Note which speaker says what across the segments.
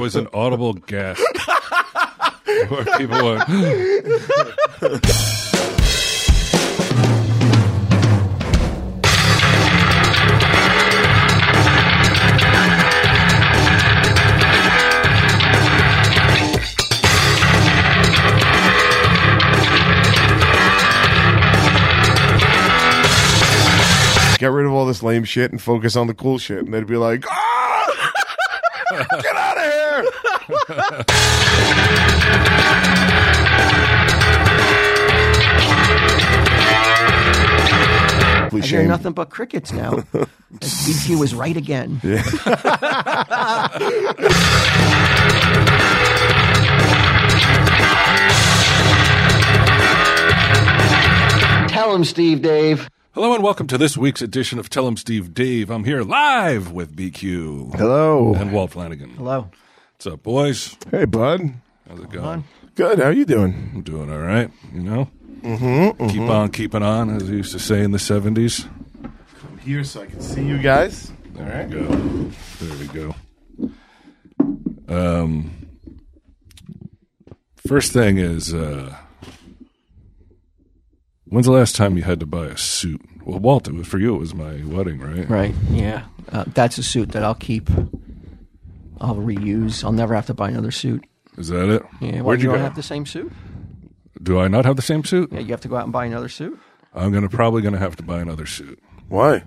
Speaker 1: was an audible gasp. Where people went,
Speaker 2: Get rid of all this lame shit and focus on the cool shit. And they'd be like, ah! Get out of here! Please
Speaker 3: I hear
Speaker 2: shame.
Speaker 3: nothing but crickets now. BT was right again. Tell him, Steve, Dave.
Speaker 1: Hello and welcome to this week's edition of Tell 'em Steve Dave. I'm here live with BQ
Speaker 2: Hello.
Speaker 1: and Walt Flanagan.
Speaker 3: Hello.
Speaker 1: What's up, boys?
Speaker 2: Hey, bud.
Speaker 1: How's it going?
Speaker 2: Good. How you doing?
Speaker 1: I'm doing all right, you know? Mm-hmm, Keep on keeping on, as they used to say in the 70s.
Speaker 2: Here, so I can see you guys.
Speaker 1: There we go. There we go. Um, first thing is, uh, when's the last time you had to buy a suit? Well, Walt, it was for you. It was my wedding, right?
Speaker 3: Right. Yeah. Uh, that's a suit that I'll keep. I'll reuse. I'll never have to buy another suit.
Speaker 1: Is that it?
Speaker 3: Yeah. well,
Speaker 1: Where'd you,
Speaker 3: don't
Speaker 1: go?
Speaker 3: have the same suit?
Speaker 1: Do I not have the same suit?
Speaker 3: Yeah, you have to go out and buy another suit.
Speaker 1: I'm gonna probably gonna have to buy another suit
Speaker 2: Why?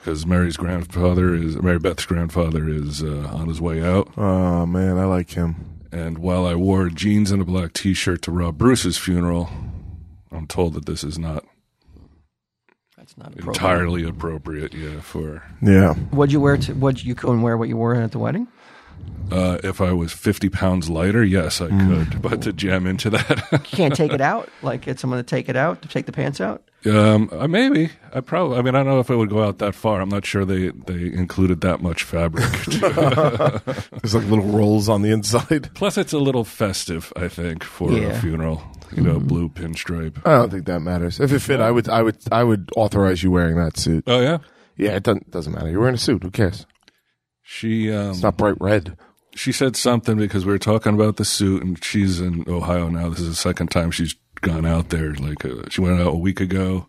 Speaker 1: because Mary's grandfather is Mary Beth's grandfather is uh, on his way out.
Speaker 2: Oh, man. I like him.
Speaker 1: And while I wore jeans and a black T-shirt to Rob Bruce's funeral, I'm told that this is not
Speaker 3: That's not appropriate.
Speaker 1: entirely appropriate. Yeah, for
Speaker 2: Yeah.
Speaker 3: What'd you wear? To, what you couldn't wear? What you wore at the wedding?
Speaker 1: uh, if I was 50 pounds lighter, yes, I
Speaker 3: Mm.
Speaker 1: could. But to jam into that,
Speaker 3: You can't take it out. Like get someone to take it out to take the pants out.
Speaker 1: um, uh, maybe I probably. I mean, I don't know if I would go out that far. I'm not sure they they included that much fabric.
Speaker 2: There's like little rolls on the inside.
Speaker 1: Plus, it's a little festive, I think, for a
Speaker 3: Yeah. Mm-hmm.
Speaker 1: funeral. You know, blue pinstripe.
Speaker 2: I don't think that matters. If it fit, I would, I would, I would authorize you wearing that suit.
Speaker 1: Oh yeah,
Speaker 2: Yeah, it doesn't doesn't matter. You're wearing a suit. Who cares?
Speaker 1: she um,
Speaker 2: It's not bright red.
Speaker 1: she said something because we were talking about the suit, and she's in Ohio now. This is the second time she's gone out there. Like uh, she went out a week ago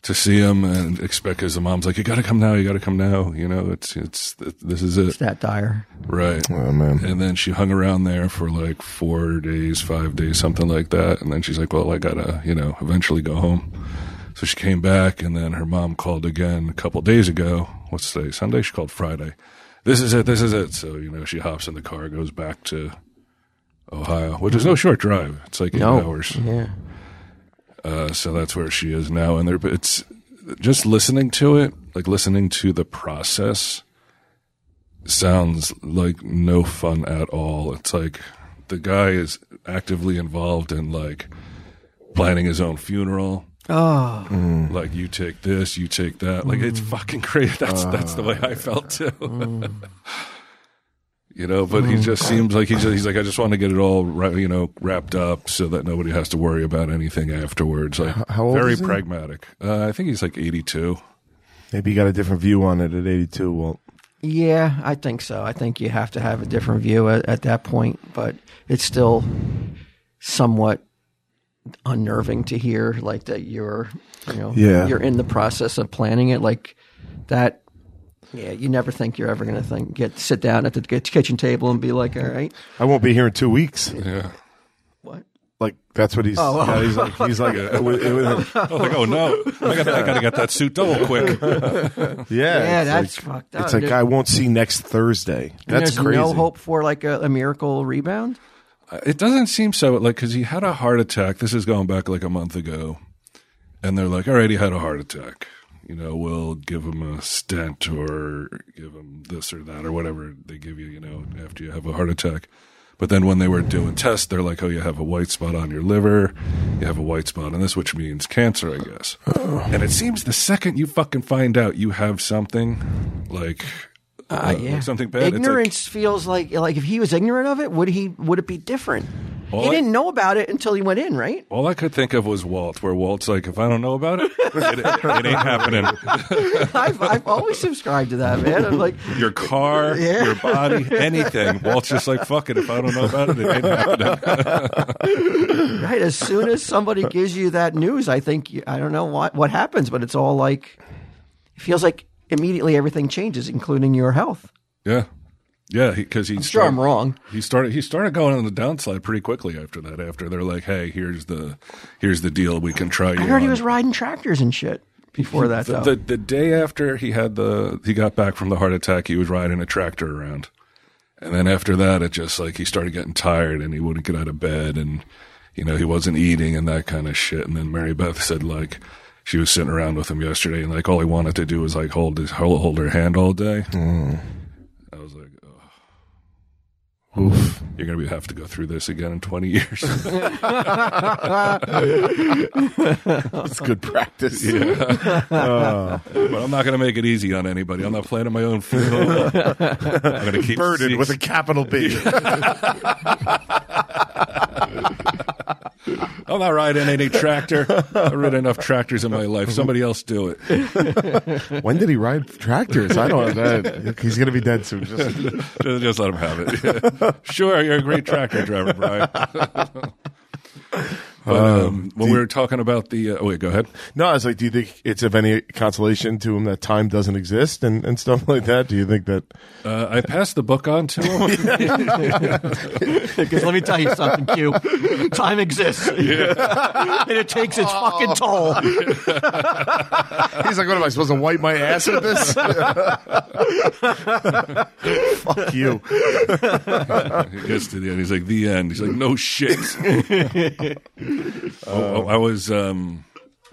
Speaker 1: to see him and expect his mom's like, "You got to come now, you got to come now." You know, it's it's this is it,
Speaker 3: It's that dire.
Speaker 1: right?
Speaker 2: Oh man.
Speaker 1: And then she hung around there for like four days, five days, something like that. And then she's like, well, I gotta, you know, eventually go home. So she came back and then her mom called again a couple days ago. What's today? Sunday? She called Friday. This is it. This is it. So, you know, she hops in the car, goes back to Ohio, which is no short drive. It's like eight
Speaker 3: No.
Speaker 1: hours.
Speaker 3: Yeah.
Speaker 1: Uh, so that's where she is now. And there, but it's just listening to it, like listening to the process sounds like no fun at all. It's like the guy is actively involved in like planning his own funeral.
Speaker 3: Oh,
Speaker 1: Like you take this, you take that. Like
Speaker 2: Mm.
Speaker 1: it's fucking crazy. That's that's the
Speaker 2: Ah.
Speaker 1: way I felt too. you know, but
Speaker 2: Mm.
Speaker 1: he just seems like he's he's like I just want to get it all ra- you know wrapped up so that nobody has to worry about anything afterwards. Like
Speaker 2: how old
Speaker 1: very
Speaker 2: is he?
Speaker 1: pragmatic. Uh, I think he's like eighty two.
Speaker 2: Maybe you got a different view on it at 82. Well,
Speaker 3: yeah. I think so. I think you have to have a different view at, at that point, but it's still somewhat unnerving to hear like that you're, you know,
Speaker 2: Yeah.
Speaker 3: you're in the process of planning it like that. Yeah, you never think you're ever going to think get sit down at the ki- kitchen table and be like, all right,
Speaker 2: I won't be here in two weeks.
Speaker 1: Yeah.
Speaker 3: what?
Speaker 2: Like that's what he's.
Speaker 3: Oh, oh.
Speaker 2: yeah, he's like. He's like. it was- it was-
Speaker 1: I was like, oh no, I got I gotta get that suit double quick.
Speaker 2: yeah.
Speaker 3: Yeah,
Speaker 2: it's
Speaker 3: that's
Speaker 2: like-
Speaker 3: fucked up.
Speaker 2: It's like
Speaker 3: There's-
Speaker 2: I won't see next Thursday.
Speaker 3: And
Speaker 2: That's
Speaker 3: there's
Speaker 2: crazy.
Speaker 3: no hope for like a, a miracle rebound.
Speaker 1: It doesn't seem so. Like, because he had a heart attack. This is going back like a month ago. And they're like, all right, he had a heart attack. You know, we'll give him a stent or give him this or that or whatever they give you, you know, after you have a heart attack. But then when they were doing tests, they're like, oh, you have a white spot on your liver. You have a white spot on this, which means cancer, I guess. And it seems the second you fucking find out you have something, like, uh, like something bad, it's like-
Speaker 3: Ignorance feels like like if he was ignorant of it, would he would it be different?
Speaker 1: All
Speaker 3: he
Speaker 1: I-
Speaker 3: didn't know about it until he went in, right?
Speaker 1: All I could think of was Walt, where Walt's like, if I don't know about it, it, it ain't happening.
Speaker 3: I've, I've always subscribed to that, man. I'm like,
Speaker 1: Your car,
Speaker 3: Yeah.
Speaker 1: your body, anything. Walt's just like, fuck it. If I don't know about it, it ain't happening.
Speaker 3: right, as soon as somebody gives you that news, I think, you- I don't know what, what happens, but it's all like, it feels like immediately everything changes, including your health.
Speaker 1: Yeah. Yeah. Because he,
Speaker 3: Sure, I'm wrong.
Speaker 1: He started. He started going on the downslide pretty quickly after that. After they're like, "Hey, here's the, here's the deal. We can try you."
Speaker 3: I heard he
Speaker 1: on.
Speaker 3: was riding tractors and shit before that,
Speaker 1: the,
Speaker 3: though.
Speaker 1: the, the day after he had the he got back from the heart attack, he was riding a tractor around, and then after that, it just like he started getting tired and he wouldn't get out of bed, and you know he wasn't eating and that kind of shit. And then Mary Beth said like she was sitting around with him yesterday, and like all he wanted to do was like hold his hold, hold her hand all day.
Speaker 2: Hmm.
Speaker 1: I was like. Oh. Oof, you're gonna be, have to go through this again in 20 years.
Speaker 2: It's good practice.
Speaker 1: but I'm not gonna make it easy on anybody. I'm not planning my own funeral. I'm gonna keep
Speaker 2: Burdened
Speaker 1: six-
Speaker 2: with a capital B.
Speaker 1: I'm not riding any tractor. I ride enough tractors in my life. Somebody else do it.
Speaker 2: when did he ride tractors? I don't know. He's going to be dead soon. Just,
Speaker 1: Just just let him have it. sure, you're a great tractor driver, Brian. but um, when we were talking about the uh, oh wait, go ahead.
Speaker 2: no, I was like, do you think it's of any consolation to him that time doesn't exist and, and stuff like that? Do you think that?
Speaker 1: Uh, I passed the book on to him.
Speaker 3: Because let me tell you something, Q. Time exists. and it takes its fucking toll.
Speaker 2: He's like, what am I supposed to wipe my ass with this? Fuck you.
Speaker 1: he gets to the end. He's like the end. He's like no shit. oh, oh, I was. Um,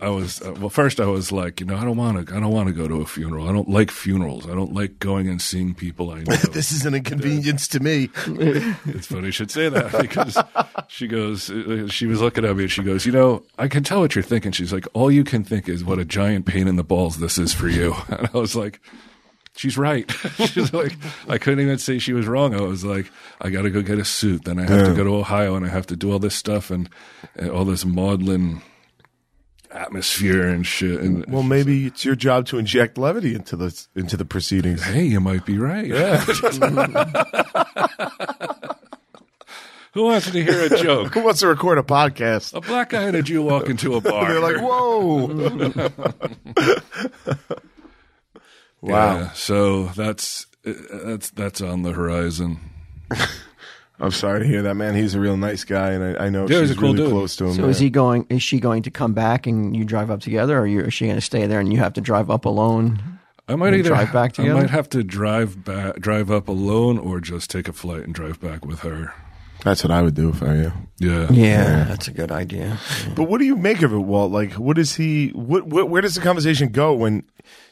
Speaker 1: I was uh, well. First, I was like, you know, I don't want to. I don't want to go to a funeral. I don't like funerals. I don't like going and seeing people I know.
Speaker 2: This is an inconvenience to me.
Speaker 1: It's funny you should say that because she goes, uh, she was looking at me and she goes, you know, I can tell what you're thinking. She's like, all you can think is what a giant pain in the balls this is for you. And I was like, she's right. she's like, I couldn't even say she was wrong. I was like, I got to go get a suit. Then I have to go to Ohio and I have to do all this stuff and, and all this maudlin atmosphere and shit. And
Speaker 2: Well, maybe it's your job to inject levity into the into the proceedings.
Speaker 1: hey, you might be right. Who wants to hear a joke?
Speaker 2: Who wants to record a podcast?
Speaker 1: A black guy and a Jew walk into a bar.
Speaker 2: They're like, whoa! wow,
Speaker 1: Yeah, so that's uh, that's that's on the horizon.
Speaker 2: I'm sorry to hear that, man. He's a real nice guy, and I, I know
Speaker 1: Yeah, he's
Speaker 2: she's
Speaker 1: a cool
Speaker 2: really
Speaker 1: dude.
Speaker 2: close to him.
Speaker 3: So is he going? Is she going to come back and you drive up together, or you, is she going to stay there and you have to drive up alone?
Speaker 1: I might
Speaker 3: And
Speaker 1: either
Speaker 3: drive back
Speaker 1: I
Speaker 3: together?
Speaker 1: might have to drive back, drive up alone, or just take a flight and drive back with her.
Speaker 2: That's what I would do if I were you.
Speaker 1: Yeah,
Speaker 3: that's a good idea.
Speaker 2: But what do you make of it, Walt? Like, what is he? What, what? Where does the conversation go? When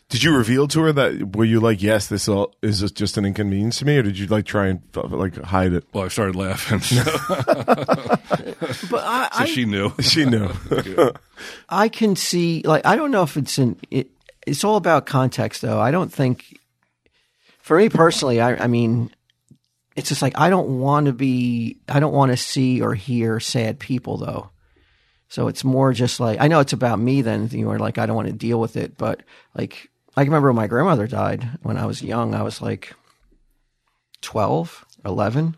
Speaker 2: did you reveal to her that? Were you like, yes, this all, is this just an inconvenience to me, or did you like try and like hide it?
Speaker 1: Well, I started laughing, so, so
Speaker 3: But I, I,
Speaker 1: she knew.
Speaker 2: She knew.
Speaker 3: I can see. Like, I don't know if it's in. It, it's all about context, though. I don't think. For me personally, I, I mean, it's just like I don't want to be. I don't want to see or hear sad people, though. So it's more just like I know it's about me. Then you are like I don't want to deal with it, but like I remember when my grandmother died when I was young. I was like 12, 11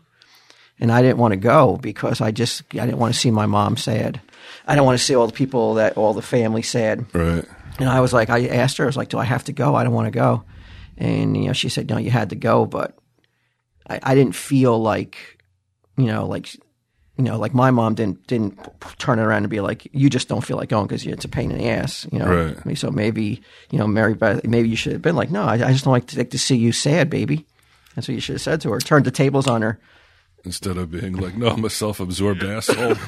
Speaker 3: and I didn't want to go because I just I didn't want to see my mom sad. I didn't want to see all the people that all the family sad.
Speaker 1: Right.
Speaker 3: And I was like, I asked her, I was like, do I have to go? I don't want to go. And, you know, she said, no, you had to go. But I, I didn't feel like, you know, like, you know, like my mom didn't, didn't turn it around and be like, you just don't feel like going because it's a pain in the ass, you know?
Speaker 1: Right.
Speaker 3: I mean, So maybe, you know, Mary Beth, maybe you should have been like, no, I, I just don't like to, like to see you sad, baby. That's what you should have said to her. Turned the tables on her.
Speaker 1: Instead of being like, "No, I'm a self-absorbed asshole."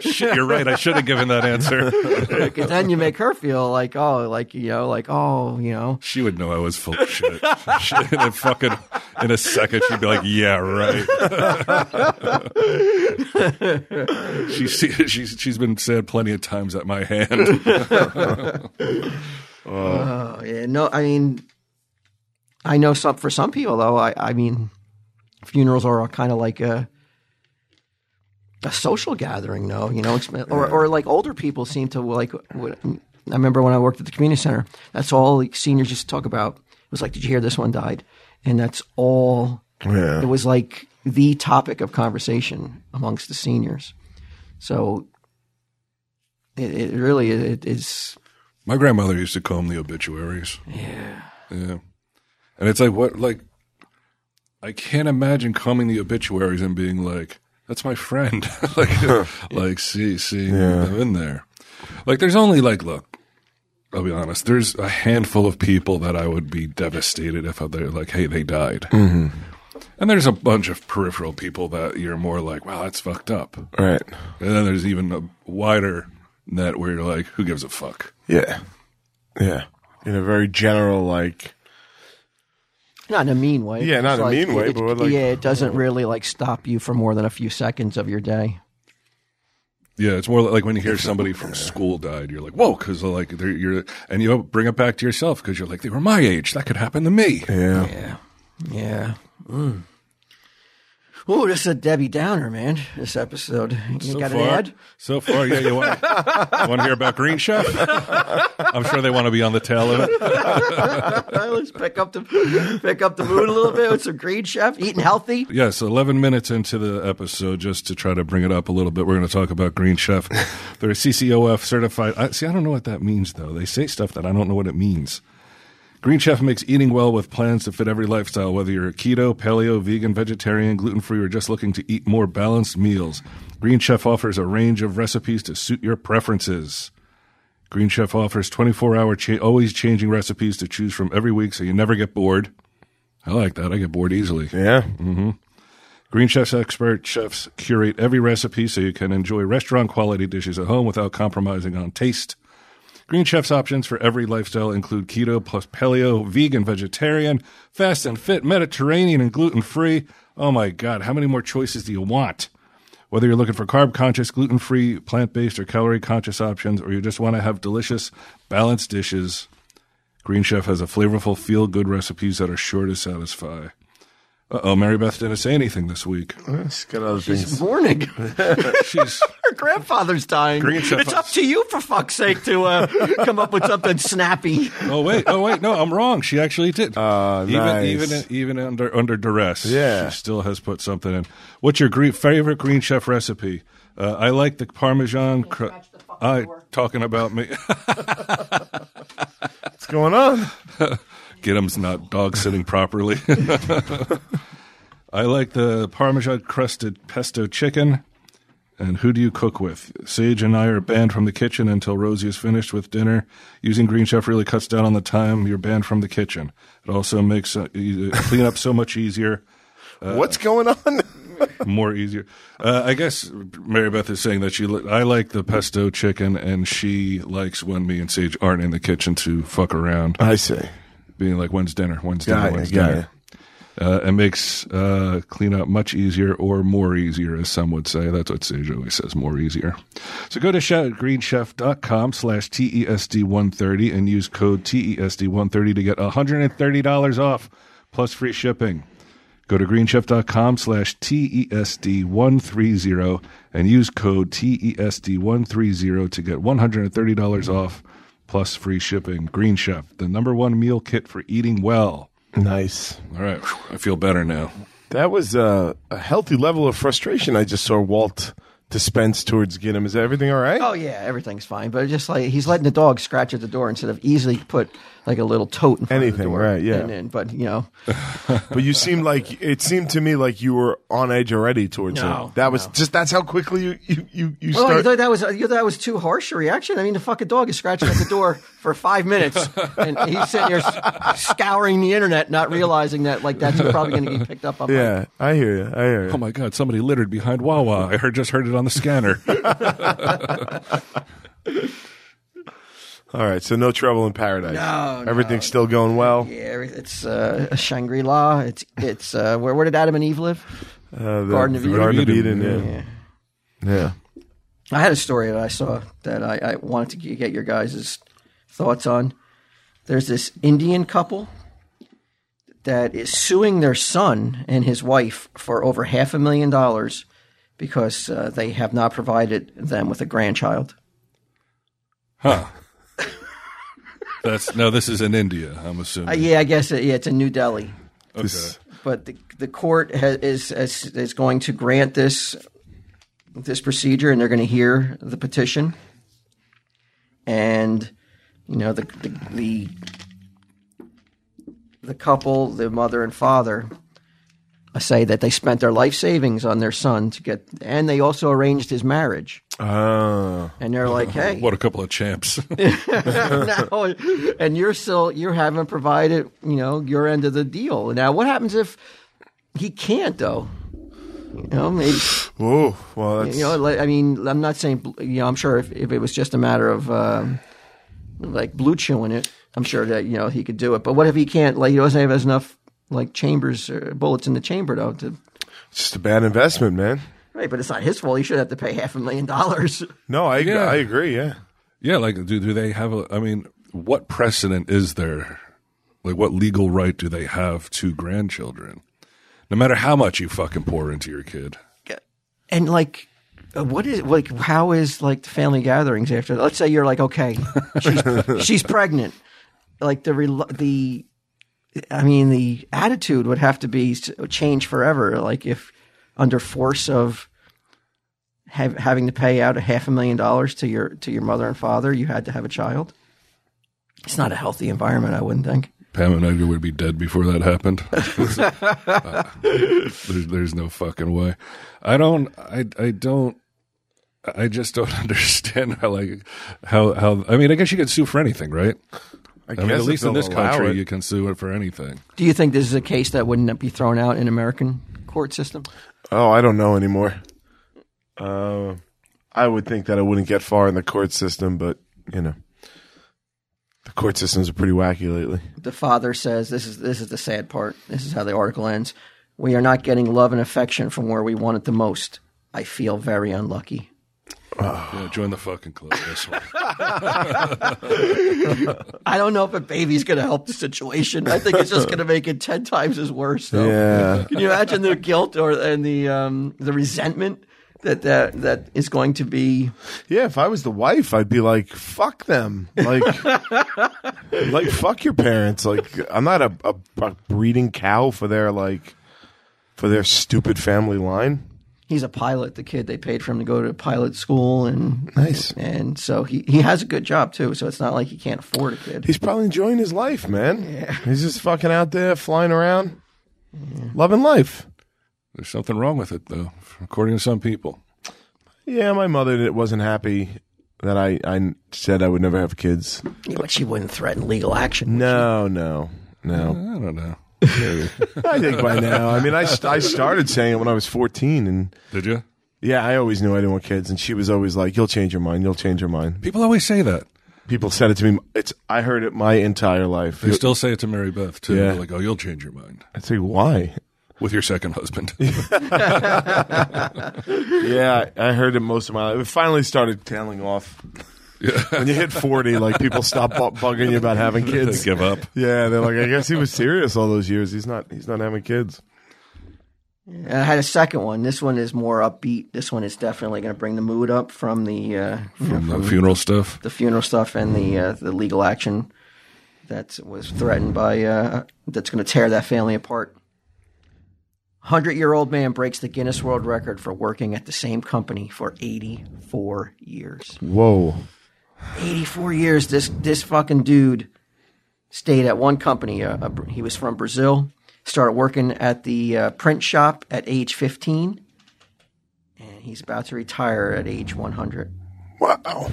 Speaker 1: Shit, you're right. I should have given that answer.
Speaker 3: Because then you make her feel like, oh, like, you know, like, oh, you know.
Speaker 1: She would know I was full of shit. She, in a fucking in a second, she'd be like, "Yeah, right." she see, she's she's been said plenty of times at my hand.
Speaker 3: Oh, yeah. No, I mean, I know some, for some people, though, I, I mean, funerals are kind of like a, a social gathering, no, you know, it's, or or like older people seem to like. What, I remember when I worked at the community center. That's all the seniors used to talk about. It was like, did you hear this one died? And that's all.
Speaker 2: Yeah.
Speaker 3: It was like the topic of conversation amongst the seniors. So it, it really it is.
Speaker 1: My grandmother used to comb the obituaries. Yeah. Yeah. And it's like, what, like, I can't imagine combing the obituaries and being like, that's my friend. like, like, see, see, them in there. Like, there's only, like, look, I'll be honest, there's a handful of people that I would be devastated if they're like, hey, they died. And there's a bunch of peripheral people that you're more like, wow, that's fucked up.
Speaker 2: All right.
Speaker 1: And then there's even a wider net where you're like, who gives a fuck?
Speaker 2: Yeah. Yeah. In a very general, like,
Speaker 3: Not in a mean way.
Speaker 2: Yeah, not
Speaker 3: It's
Speaker 2: in a
Speaker 3: like-
Speaker 2: mean way,
Speaker 3: it-
Speaker 2: but we're like-
Speaker 3: yeah, it doesn't really like stop you for more than a few seconds of your day.
Speaker 1: Yeah, it's more like when you hear somebody from school died, you're like, whoa, because like they're, you're, and you bring it back to yourself because you're like, they were my age. That could happen to me.
Speaker 2: yeah.
Speaker 3: Yeah, yeah. Mm. Ooh, this is a Debbie Downer, man. This episode, you got
Speaker 1: far,
Speaker 3: an ad?
Speaker 1: so far, yeah, you want, want to hear about Green Chef? I'm sure they want to be on the tail of it.
Speaker 3: Let's pick up the pick up the mood a little bit with some Green Chef, eating healthy.
Speaker 1: Yes, 11 minutes into the episode, just to try to bring it up a little bit, we're going to talk about Green Chef. They're a CCOF certified. I, see, I don't know what that means, though. They say stuff that I don't know what it means. Green Chef makes eating well with plans to fit every lifestyle, whether you're keto, paleo, vegan, vegetarian, gluten free, or just looking to eat more balanced meals. Green Chef offers a range of recipes to suit your preferences. Green Chef offers 24 hour, cha- always changing recipes to choose from every week so you never get bored. I like that. I get bored easily.
Speaker 2: Yeah.
Speaker 1: Green Chef's expert chefs curate every recipe so you can enjoy restaurant quality dishes at home without compromising on taste. Green Chef's options for every lifestyle include keto plus paleo, vegan, vegetarian, fast and fit, Mediterranean, and gluten free. Oh my God, how many more choices do you want? Whether you're looking for carb conscious, gluten free, plant based, or calorie conscious options, or you just want to have delicious, balanced dishes, Green Chef has a flavorful, feel good recipes that are sure to satisfy. Uh oh, Mary Beth didn't say anything this week.
Speaker 2: Let's get other
Speaker 3: It's
Speaker 2: things.
Speaker 3: morning.
Speaker 1: She's
Speaker 3: Her grandfather's dying.
Speaker 1: Green Chef-
Speaker 3: it's up to you, for fuck's sake, to uh, come up with something snappy.
Speaker 1: oh wait, oh wait, no, I'm wrong. She actually did.
Speaker 2: Ah,
Speaker 1: even
Speaker 2: nice.
Speaker 1: even even under under duress,
Speaker 2: Yeah.
Speaker 1: she still has put something in. What's your green, favorite green chef recipe? Uh, I like the Parmesan. Cr- I talking about me.
Speaker 2: What's going on?
Speaker 1: Gidim's not dog sitting properly. I like the Parmesan crusted pesto chicken. And who do you cook with? Sage and I are banned from the kitchen until Rosie is finished with dinner. Using Green Chef really cuts down on the time you're banned from the kitchen. It also makes uh, e- cleanup so much easier,
Speaker 2: What's going on?
Speaker 1: more easier. Uh, I guess Mary Beth is saying that she li- I like the pesto chicken, and she likes when me and Sage aren't in the kitchen to fuck around,
Speaker 2: I see.
Speaker 1: being like, "When's dinner? When's dinner?
Speaker 2: Got ya,
Speaker 1: When's
Speaker 2: got
Speaker 1: dinner?" uh, and makes uh, cleanup much easier or more easier, as some would say. That's what Sage always says, more easier. So go to chef- greenchef.com slash E TESD130 and use code E TESD130 to get $130 off plus free shipping. Go to greenchef.com slash E TESD130 and use code E TESD130 to get $130 off plus free shipping. Green Chef, the number one meal kit for eating well.
Speaker 2: ya. Nice.
Speaker 1: All right, Whew, I feel better now.
Speaker 2: That was uh, a healthy level of frustration I just saw Walt dispense towards Ginnam. Is everything all right?
Speaker 3: Oh yeah, everything's fine. But it's just like he's letting the dog scratch at the door instead of easily put like a little tote in front of the
Speaker 2: Anything,
Speaker 3: door.
Speaker 2: right, yeah.
Speaker 3: And then, but you know,
Speaker 2: But you seemed like it seemed to me like you were on edge already towards
Speaker 3: No,
Speaker 2: it. That was
Speaker 3: no.
Speaker 2: just that's how quickly you you you, you
Speaker 3: well, I
Speaker 2: start.
Speaker 3: thought that was I thought that was too harsh a reaction. I mean, the fucking dog is scratching at the door for five minutes, and he's sitting here s- scouring the internet, not realizing that like that's probably going to get picked up. on my-
Speaker 2: yeah, I hear you. I hear
Speaker 1: Oh
Speaker 2: you.
Speaker 1: my God! Somebody littered behind Wawa. I heard just heard it on the scanner.
Speaker 2: All right, so no trouble in paradise.
Speaker 3: No, no.
Speaker 2: everything's still going well.
Speaker 3: Yeah, it's uh, Shangri La. It's it's uh, where where did Adam and Eve live?
Speaker 2: Uh, the
Speaker 3: Garden of
Speaker 2: the
Speaker 3: Eden.
Speaker 2: Garden of Eden.
Speaker 1: Yeah.
Speaker 2: Yeah. yeah.
Speaker 3: I had a story that I saw that I, I wanted to g- get your guys' thoughts on. There's this Indian couple that is suing their son and his wife for over half a million dollars because uh, they have not provided them with a grandchild.
Speaker 1: Huh. That's no. This is in India. I'm
Speaker 3: Uh,
Speaker 1: assuming.
Speaker 3: yeah, I guess uh, yeah, it's in New Delhi,
Speaker 2: This-
Speaker 3: but the, the court ha- is, is is going to grant this this procedure, and they're going to hear the petition, and you know the the the, the couple, the mother and father. uh, Say that they spent their life savings on their son to get, and they also arranged his marriage.
Speaker 2: Ah.
Speaker 3: And they're like, "Hey,
Speaker 1: What a couple of champs.
Speaker 3: now, and you're still you haven't provided you know your end of the deal. Now, what happens if he can't though? You know, maybe
Speaker 2: Oh, well, that's
Speaker 3: you know. like- I mean, I'm not saying you know. I'm sure if, if it was just a matter of uh, like blue chewing it, I'm sure that you know he could do it. But what if he can't? Like he doesn't have enough like chambers or bullets in the chamber though. To
Speaker 2: just a bad investment, man.
Speaker 3: right, but it's not his fault. He should have to pay half a million dollars.
Speaker 2: No, I
Speaker 1: Yeah.
Speaker 2: I agree. Yeah.
Speaker 1: yeah. Like, do do they have a? I mean, what precedent is there? Like, what legal right do they have to grandchildren? No matter how much you fucking pour into your kid.
Speaker 3: and like uh, what is like how is like the family gatherings after let's say you're like okay she's, she's pregnant like the rel- the i mean the attitude would have to be s- changed forever like if under force of have, having to pay out a half a million dollars to your to your mother and father you had to have a child it's not a healthy environment i wouldn't think
Speaker 1: Pam and Edgar would be dead before that happened. Uh, there's, there's no fucking way. I don't. I I don't. I just don't understand how like how how. I mean, I guess you could sue for anything, right?
Speaker 2: I,
Speaker 1: I mean, at
Speaker 2: if
Speaker 1: least in
Speaker 2: they'll
Speaker 1: this
Speaker 2: allow
Speaker 1: country,
Speaker 2: it.
Speaker 1: you can sue it for anything.
Speaker 3: do you think this is a case that wouldn't be thrown out in american court system
Speaker 2: Oh, I don't know anymore. Uh, I would think that I wouldn't get far in the court system, but you know, the court systems are pretty wacky lately.
Speaker 3: the father says this is this is the sad part this is how the article ends we are not getting love and affection from where we want it the most i feel very unlucky
Speaker 1: Yeah, join the fucking club. This one.
Speaker 3: i don't know if a baby's going to help the situation i think it's just going to make it 10 times as worse
Speaker 1: Oh.
Speaker 3: though
Speaker 2: Yeah,
Speaker 3: can you imagine the guilt or and the um, the resentment that, that that is going to be
Speaker 2: yeah. If I was the wife, I'd be like, "Fuck them!" Like, like fuck your parents. Like, I'm not a, a, a breeding cow for their like for their stupid family line.
Speaker 3: he's a pilot the kid they paid for him to go to pilot school and
Speaker 2: Nice.
Speaker 3: and so he, he has a good job too so it's not like he can't afford a kid
Speaker 2: He's probably enjoying his life, man. He's just fucking out there flying around, loving life.
Speaker 1: There's something wrong with it, though, according to some people.
Speaker 2: Yeah, my mother did- wasn't happy that I, I said I would never have kids.
Speaker 3: yeah, but she wouldn't threaten legal action would
Speaker 2: No, no,
Speaker 1: I
Speaker 2: no.
Speaker 1: don't know.
Speaker 2: I think by now, I mean, I, st- I started saying it when I was 14. And
Speaker 1: Did you?
Speaker 2: yeah, I always knew I didn't want kids. And she was always like, you'll change your mind. You'll change your mind.
Speaker 1: People always say that.
Speaker 2: People said it to me. It's I heard it my entire life.
Speaker 1: They still say it to Mary Beth too.
Speaker 2: Yeah.
Speaker 1: They're Like, oh, you'll change your mind
Speaker 2: I say, why?
Speaker 1: with your second husband.
Speaker 2: Yeah, I I heard it most of my life. It finally started tailing off. when you hit 40, like people stop bu- bugging you about having
Speaker 1: they
Speaker 2: kids.
Speaker 1: give up.
Speaker 2: Yeah, they're like, I guess he was serious all those years. He's not. He's not having kids.
Speaker 3: And I had a second one. This one is more upbeat. This one is definitely going to bring the mood up from the uh,
Speaker 1: From the funeral stuff.
Speaker 3: the funeral stuff and the uh, the legal action that was threatened by uh, that's going to tear that family apart. Hundred year old man breaks the Guinness World Record for working at the same company for eighty four years.
Speaker 2: Whoa.
Speaker 3: Eighty four years. This this fucking dude stayed at one company. Uh, uh, he was from Brazil. Started working at the uh, print shop at age 15, and he's about to retire at age 100.
Speaker 2: Wow.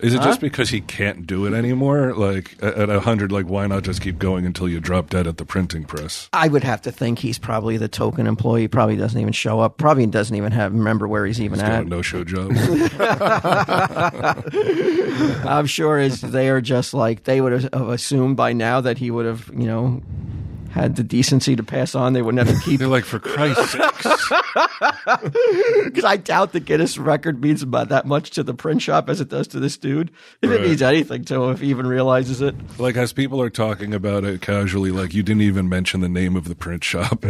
Speaker 1: Is it just because he can't do it anymore? Like at at a hundred, like why not just keep going until you drop dead at the printing press?
Speaker 3: I would have to think he's probably the token employee. Probably doesn't even show up. Probably doesn't even have remember where he's even
Speaker 1: Got
Speaker 3: at.
Speaker 1: a no-show job.
Speaker 3: I'm sure is they are just like they would have assumed by now that he would have you know had the decency to pass on, they would never keep
Speaker 1: They're like, for Christ's sakes.
Speaker 3: Because I doubt the Guinness record means about that much to the print shop as it does to this dude. If
Speaker 1: Right.
Speaker 3: it means anything to him, if he even realizes it.
Speaker 1: Like, as people are talking about it casually, like, you didn't even mention the name of the print shop. so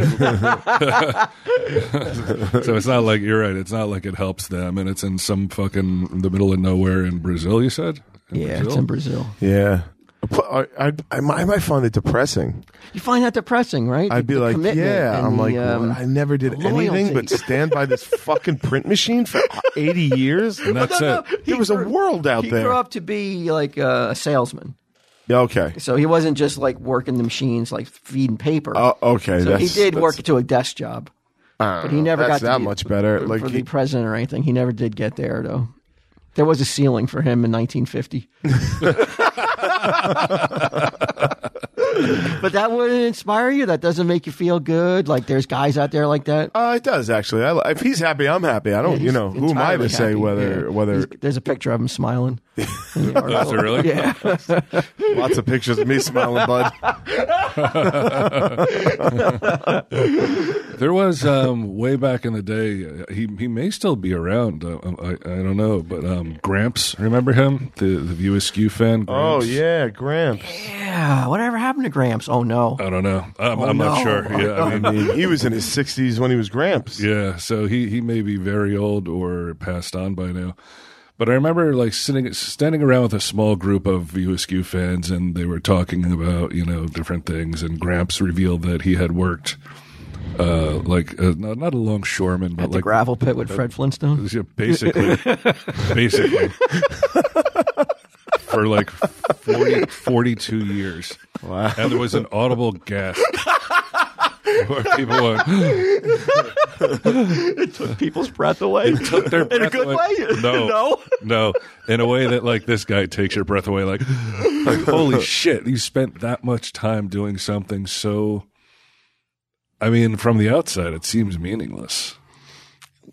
Speaker 1: it's not like, you're right, it's not like it helps them. And it's in some fucking, the middle of nowhere in Brazil, you said? In
Speaker 3: Yeah,
Speaker 1: Brazil?
Speaker 3: it's in Brazil.
Speaker 2: Yeah. I, I, I, might- I might find it depressing.
Speaker 3: You find that depressing, right?
Speaker 2: I'd be
Speaker 3: The
Speaker 2: like,
Speaker 3: commitment
Speaker 2: yeah.
Speaker 3: and
Speaker 2: I'm
Speaker 3: the,
Speaker 2: like,
Speaker 3: um,
Speaker 2: what? I never did anything
Speaker 3: loyalty.
Speaker 2: but stand by this fucking print machine for 80 years.
Speaker 1: And that's
Speaker 3: no,
Speaker 1: it.
Speaker 3: no, he
Speaker 2: There was a
Speaker 3: grew-
Speaker 2: world out
Speaker 3: he
Speaker 2: there.
Speaker 3: grew up to be like a salesman,
Speaker 2: Yeah, okay.
Speaker 3: so he wasn't just like working the machines, like feeding paper.
Speaker 2: Oh,
Speaker 3: so
Speaker 2: okay.
Speaker 3: he
Speaker 2: that's-
Speaker 3: did
Speaker 2: that's-
Speaker 3: work to a desk job, but he never
Speaker 2: that's
Speaker 3: got to
Speaker 2: that
Speaker 3: be-
Speaker 2: much better.
Speaker 3: for-
Speaker 2: Like,
Speaker 3: for
Speaker 2: he-
Speaker 3: the president or anything. He never did get there though. There was a ceiling for him in 1950. but that wouldn't inspire you. That doesn't make you feel good. Like there's guys out there like that.
Speaker 2: Uh, it does actually. I, if he's happy, I'm happy. I don't, you
Speaker 3: He's
Speaker 2: know, who am I to
Speaker 3: entirely
Speaker 2: say
Speaker 3: happy.
Speaker 2: whether
Speaker 3: Yeah.
Speaker 2: whether
Speaker 3: He's- there's a picture of him smiling. in the
Speaker 1: That's
Speaker 3: article.
Speaker 1: it, really?
Speaker 3: Yeah.
Speaker 2: lots of pictures of me smiling, bud.
Speaker 1: There was um, way back in the day. uh, He he may still be around. Uh, I I don't know, but um, Gramps, remember him? The the View Askew fan.
Speaker 2: Oh
Speaker 1: Gramps?
Speaker 2: yeah, Gramps.
Speaker 3: yeah. Whatever happened to Gramps? Oh no.
Speaker 1: I don't know. I'm, I'm not
Speaker 3: Oh, no.
Speaker 1: sure. Yeah, I
Speaker 2: I
Speaker 1: mean,
Speaker 2: mean, he was in his 60s when he was Gramps.
Speaker 1: yeah. So he he may be very old or passed on by now. But I remember like sitting standing around with a small group of View Askew fans, and they were talking about you know different things. And Gramps revealed that he had worked. Uh, like uh, not not a longshoreman, but
Speaker 3: At the
Speaker 1: like
Speaker 3: gravel pit with Fred Flintstone.
Speaker 1: Yeah, basically, basically, for like 40, 42 years.
Speaker 2: Wow.
Speaker 1: And there was an audible gasp where people went,
Speaker 3: People's breath away.
Speaker 1: took their breath
Speaker 3: In a good
Speaker 1: away.
Speaker 3: way?
Speaker 1: No,
Speaker 3: No?
Speaker 1: no, in a way that like this guy takes your breath away. Like, like holy shit, you spent that much time doing something so. I mean, from the outside, it seems meaningless.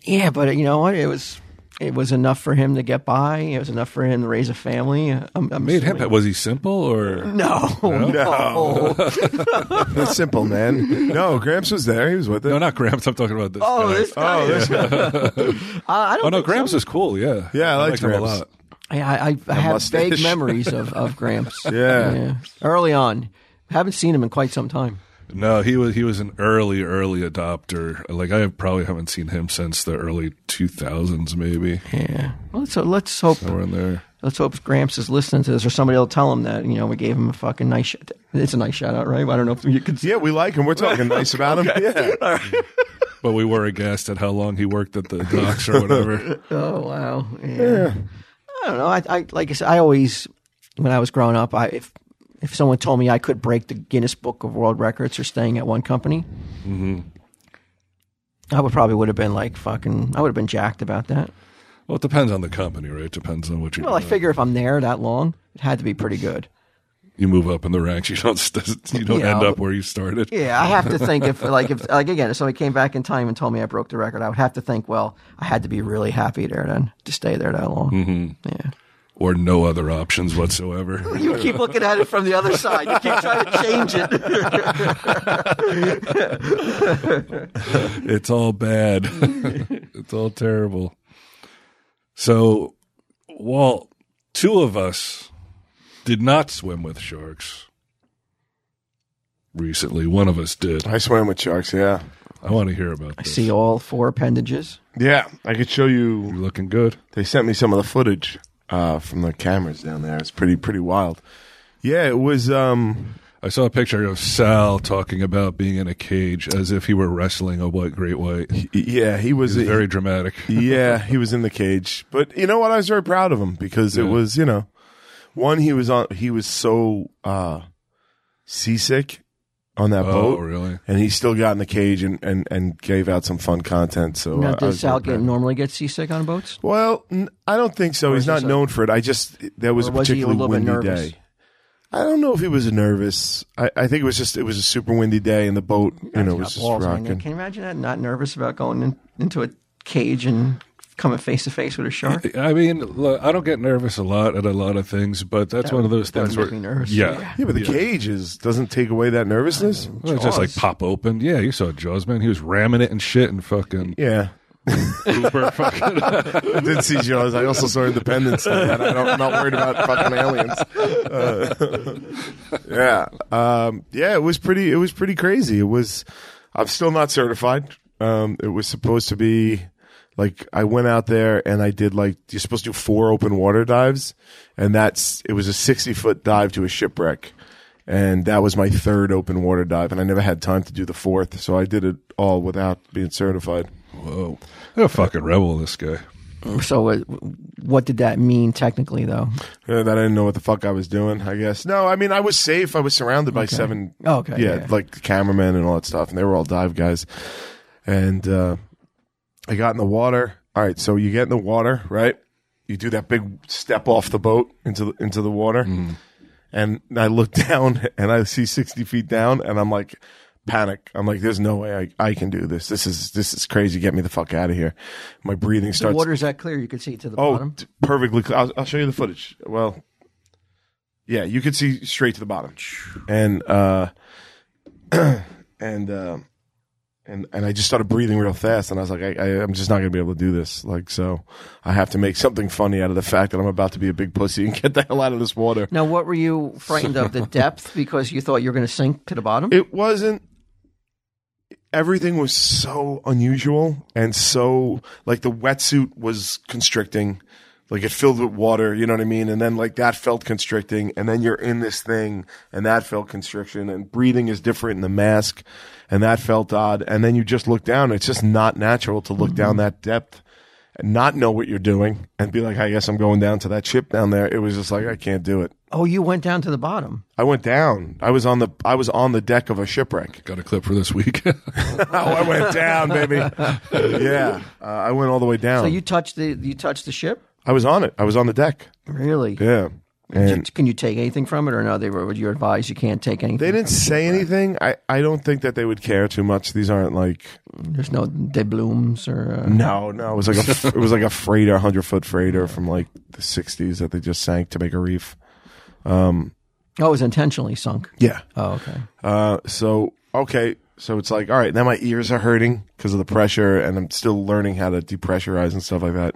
Speaker 3: Yeah, but you know what? It was it was enough for him to get by. It was enough for him to raise a family. I'm, I'm
Speaker 1: Made him.
Speaker 3: assuming-
Speaker 1: Was he simple or?
Speaker 3: No, no.
Speaker 2: Oh. That's simple, man. No, Gramps was there. He was with it.
Speaker 1: No, not Gramps. I'm talking about this.
Speaker 3: oh,
Speaker 1: guy.
Speaker 3: this guy.
Speaker 2: this guy.
Speaker 3: I, I don't.
Speaker 1: Oh no,
Speaker 3: think
Speaker 1: Gramps is cool. Yeah,
Speaker 2: Yeah, I like
Speaker 1: him a
Speaker 2: Gramps.
Speaker 1: lot.
Speaker 3: I, I, I have
Speaker 2: mustache.
Speaker 3: vague memories of of Gramps.
Speaker 2: Yeah.
Speaker 3: early on, haven't seen him in quite some time.
Speaker 1: No, he was he was an early early adopter. Like I probably haven't seen him since the early two thousands, maybe
Speaker 3: Yeah. Well, so let's hope
Speaker 1: somewhere in there.
Speaker 3: let's hope Gramps is listening to this, or somebody will tell him that you know we gave him a fucking nice. Sh- it's a nice shout out, right? I don't know if you could.
Speaker 2: Yeah, we like him. We're talking nice about him. Yeah.
Speaker 1: But we were aghast at how long he worked at the docks or whatever.
Speaker 3: Oh wow! Yeah. I don't know. I, I like I said. I always, when I was growing up, I if if someone told me I could break the Guinness Book of World Records for staying at one company, Mm-hmm. I would probably would have been like fucking. I would have been jacked about that.
Speaker 1: well, it depends on the company, right? It depends on what you
Speaker 3: Well, I figure if I'm there that long, it had to be pretty good.
Speaker 1: you move up in the ranks. You don't st- you don't
Speaker 3: Yeah.
Speaker 1: end up where you started.
Speaker 3: Yeah, I have to think if like if like again if somebody came back in time and told me I broke the record, I would have to think. Well, I had to be really happy there then to stay there that long. Yeah.
Speaker 1: Or no other options whatsoever.
Speaker 3: You keep looking at it from the other side. You keep trying to change it.
Speaker 1: it's all bad. it's all terrible. So, Walt, two of us did not swim with sharks recently. One of us did.
Speaker 2: I swam with sharks. Yeah.
Speaker 1: I want to hear about this.
Speaker 3: See all four appendages.
Speaker 2: Yeah. I could show you.
Speaker 1: You're looking good.
Speaker 2: They sent me some of the footage uh, from the cameras down there. It's pretty, pretty wild. Yeah, it was. um
Speaker 1: I saw a picture of Sal talking about being in a cage as if he were wrestling a white great white. It's
Speaker 2: Yeah, he was.
Speaker 1: very dramatic.
Speaker 2: yeah, he was in the cage. But you know what? I was very proud of him because it
Speaker 1: Yeah.
Speaker 2: was, you know, one he was on. He was so uh seasick on that
Speaker 1: Oh,
Speaker 2: boat,
Speaker 1: really?
Speaker 2: and he still got in the cage and and and gave out some fun content. So uh,
Speaker 3: Now,
Speaker 2: I- I
Speaker 3: does
Speaker 2: was
Speaker 3: Sal
Speaker 2: very
Speaker 3: get,
Speaker 2: proud.
Speaker 3: normally get seasick on boats?
Speaker 2: Well, n- I don't think so. He's
Speaker 3: is this
Speaker 2: not
Speaker 3: a-
Speaker 2: known for it. I just there was
Speaker 3: Or
Speaker 2: a
Speaker 3: was he a
Speaker 2: particularly
Speaker 3: little bit
Speaker 2: windy
Speaker 3: nervous?
Speaker 2: day. I don't know if he was nervous. I, I think it was just it was a super windy day, and the boat, you know, was just
Speaker 3: Balls hanging.
Speaker 2: rocking.
Speaker 3: Can you imagine that? Not nervous about going in, into a cage and coming face to face with a shark.
Speaker 1: I mean, look, I don't get nervous a lot at a lot of things, but that's one of those
Speaker 3: That would
Speaker 1: things where
Speaker 3: make me nervous.
Speaker 1: yeah,
Speaker 2: Yeah, but the cage is doesn't take away that nervousness.
Speaker 1: Well, it's just like
Speaker 3: Jaws.
Speaker 1: pop open. Yeah, you saw Jaws, man. He was ramming it and shit and fucking
Speaker 2: Yeah.
Speaker 1: Hooper fucking.
Speaker 2: I did see Jaws. I also saw Independence. Day, and I don't, I'm not worried about fucking aliens. Uh, yeah, um, yeah. It was pretty. It was pretty crazy. It was. I'm still not certified. Um, it was supposed to be like I went out there and I did like you're supposed to do four open water dives, and that's it was a 60 foot dive to a shipwreck. And that was my third open water dive, and I never had time to do the fourth, so I did it all without being certified.
Speaker 1: Whoa. What a fucking rebel, this guy.
Speaker 3: So, what, what did that mean technically, though?
Speaker 2: Yeah, Uh, that I didn't know what the fuck I was doing. I guess no. I mean, I was safe. I was surrounded by seven.
Speaker 3: Oh, okay,
Speaker 2: yeah,
Speaker 3: yeah.
Speaker 2: like the cameramen and all that stuff, and they were all dive guys. And uh, I got in the water. All right, so you get in the water, right? You do that big step off the boat into the, into the water, and I look down and I see sixty feet down, and I'm like, panic. I'm like, there's no way I, I can do this. This is this is crazy. Get me the fuck out of here. My breathing
Speaker 3: The
Speaker 2: starts.
Speaker 3: water's that clear; you could see it to the
Speaker 2: Oh,
Speaker 3: bottom.
Speaker 2: t- perfectly. Cl- I'll, I'll show you the footage. Well, yeah, you could see straight to the bottom, and uh, and uh, and and I just started breathing real fast, and I was like, I, I, I'm just not gonna be able to do this. Like, so I have to make something funny out of the fact that I'm about to be a big pussy and get the hell out of this water.
Speaker 3: Now, what were you frightened of? The depth because you thought you were going to sink to the bottom.
Speaker 2: It wasn't. Everything was so unusual and so like the wetsuit was constricting, like it filled with water. You know what I mean? And then like that felt constricting, and then you're in this thing, and that felt constriction, and breathing is different in the mask, and that felt odd. And then you just look down. It's just not natural to look down that depth and not know what you're doing and be like, I guess I'm going down to that ship down there. It was just like I can't do it.
Speaker 3: oh, you went down to the bottom.
Speaker 2: I went down. I was on the I was on the deck of a shipwreck.
Speaker 1: Got a clip for this week.
Speaker 2: Oh, I went down, baby. yeah, uh, I went all the way down.
Speaker 3: So you touched the you touched the ship.
Speaker 2: I was on it. I was on the deck.
Speaker 3: Really?
Speaker 2: Yeah, and
Speaker 3: Can you take anything from it or no? They were. Would you advise you can't take anything?
Speaker 2: they didn't say anything. I I don't think that they would care too much. These aren't like
Speaker 3: There's no doubloons or. Uh,
Speaker 2: no, no. It was like a it was like a freighter, hundred foot freighter from like the '60s that they just sank to make a reef.
Speaker 3: Oh, it was intentionally sunk.
Speaker 2: Yeah.
Speaker 3: Oh, okay.
Speaker 2: Uh, so okay, so it's like all right. Now my ears are hurting because of the pressure, and I'm still learning how to depressurize and stuff like that.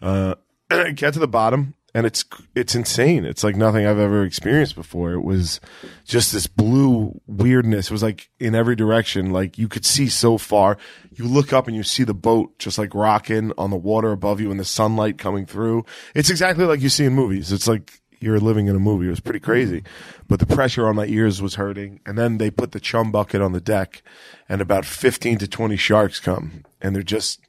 Speaker 2: Uh, get to the bottom, and it's it's insane. It's like nothing I've ever experienced before. It was just this blue weirdness. It was like in every direction. Like you could see so far. You look up and you see the boat just like rocking on the water above you, and the sunlight coming through. It's exactly like you see in movies. It's like you're living in a movie. It was pretty crazy.
Speaker 3: Mm-hmm.
Speaker 2: But the pressure on my ears was hurting. And then they put the chum bucket on the deck and about 15 to 20 sharks come and they're just,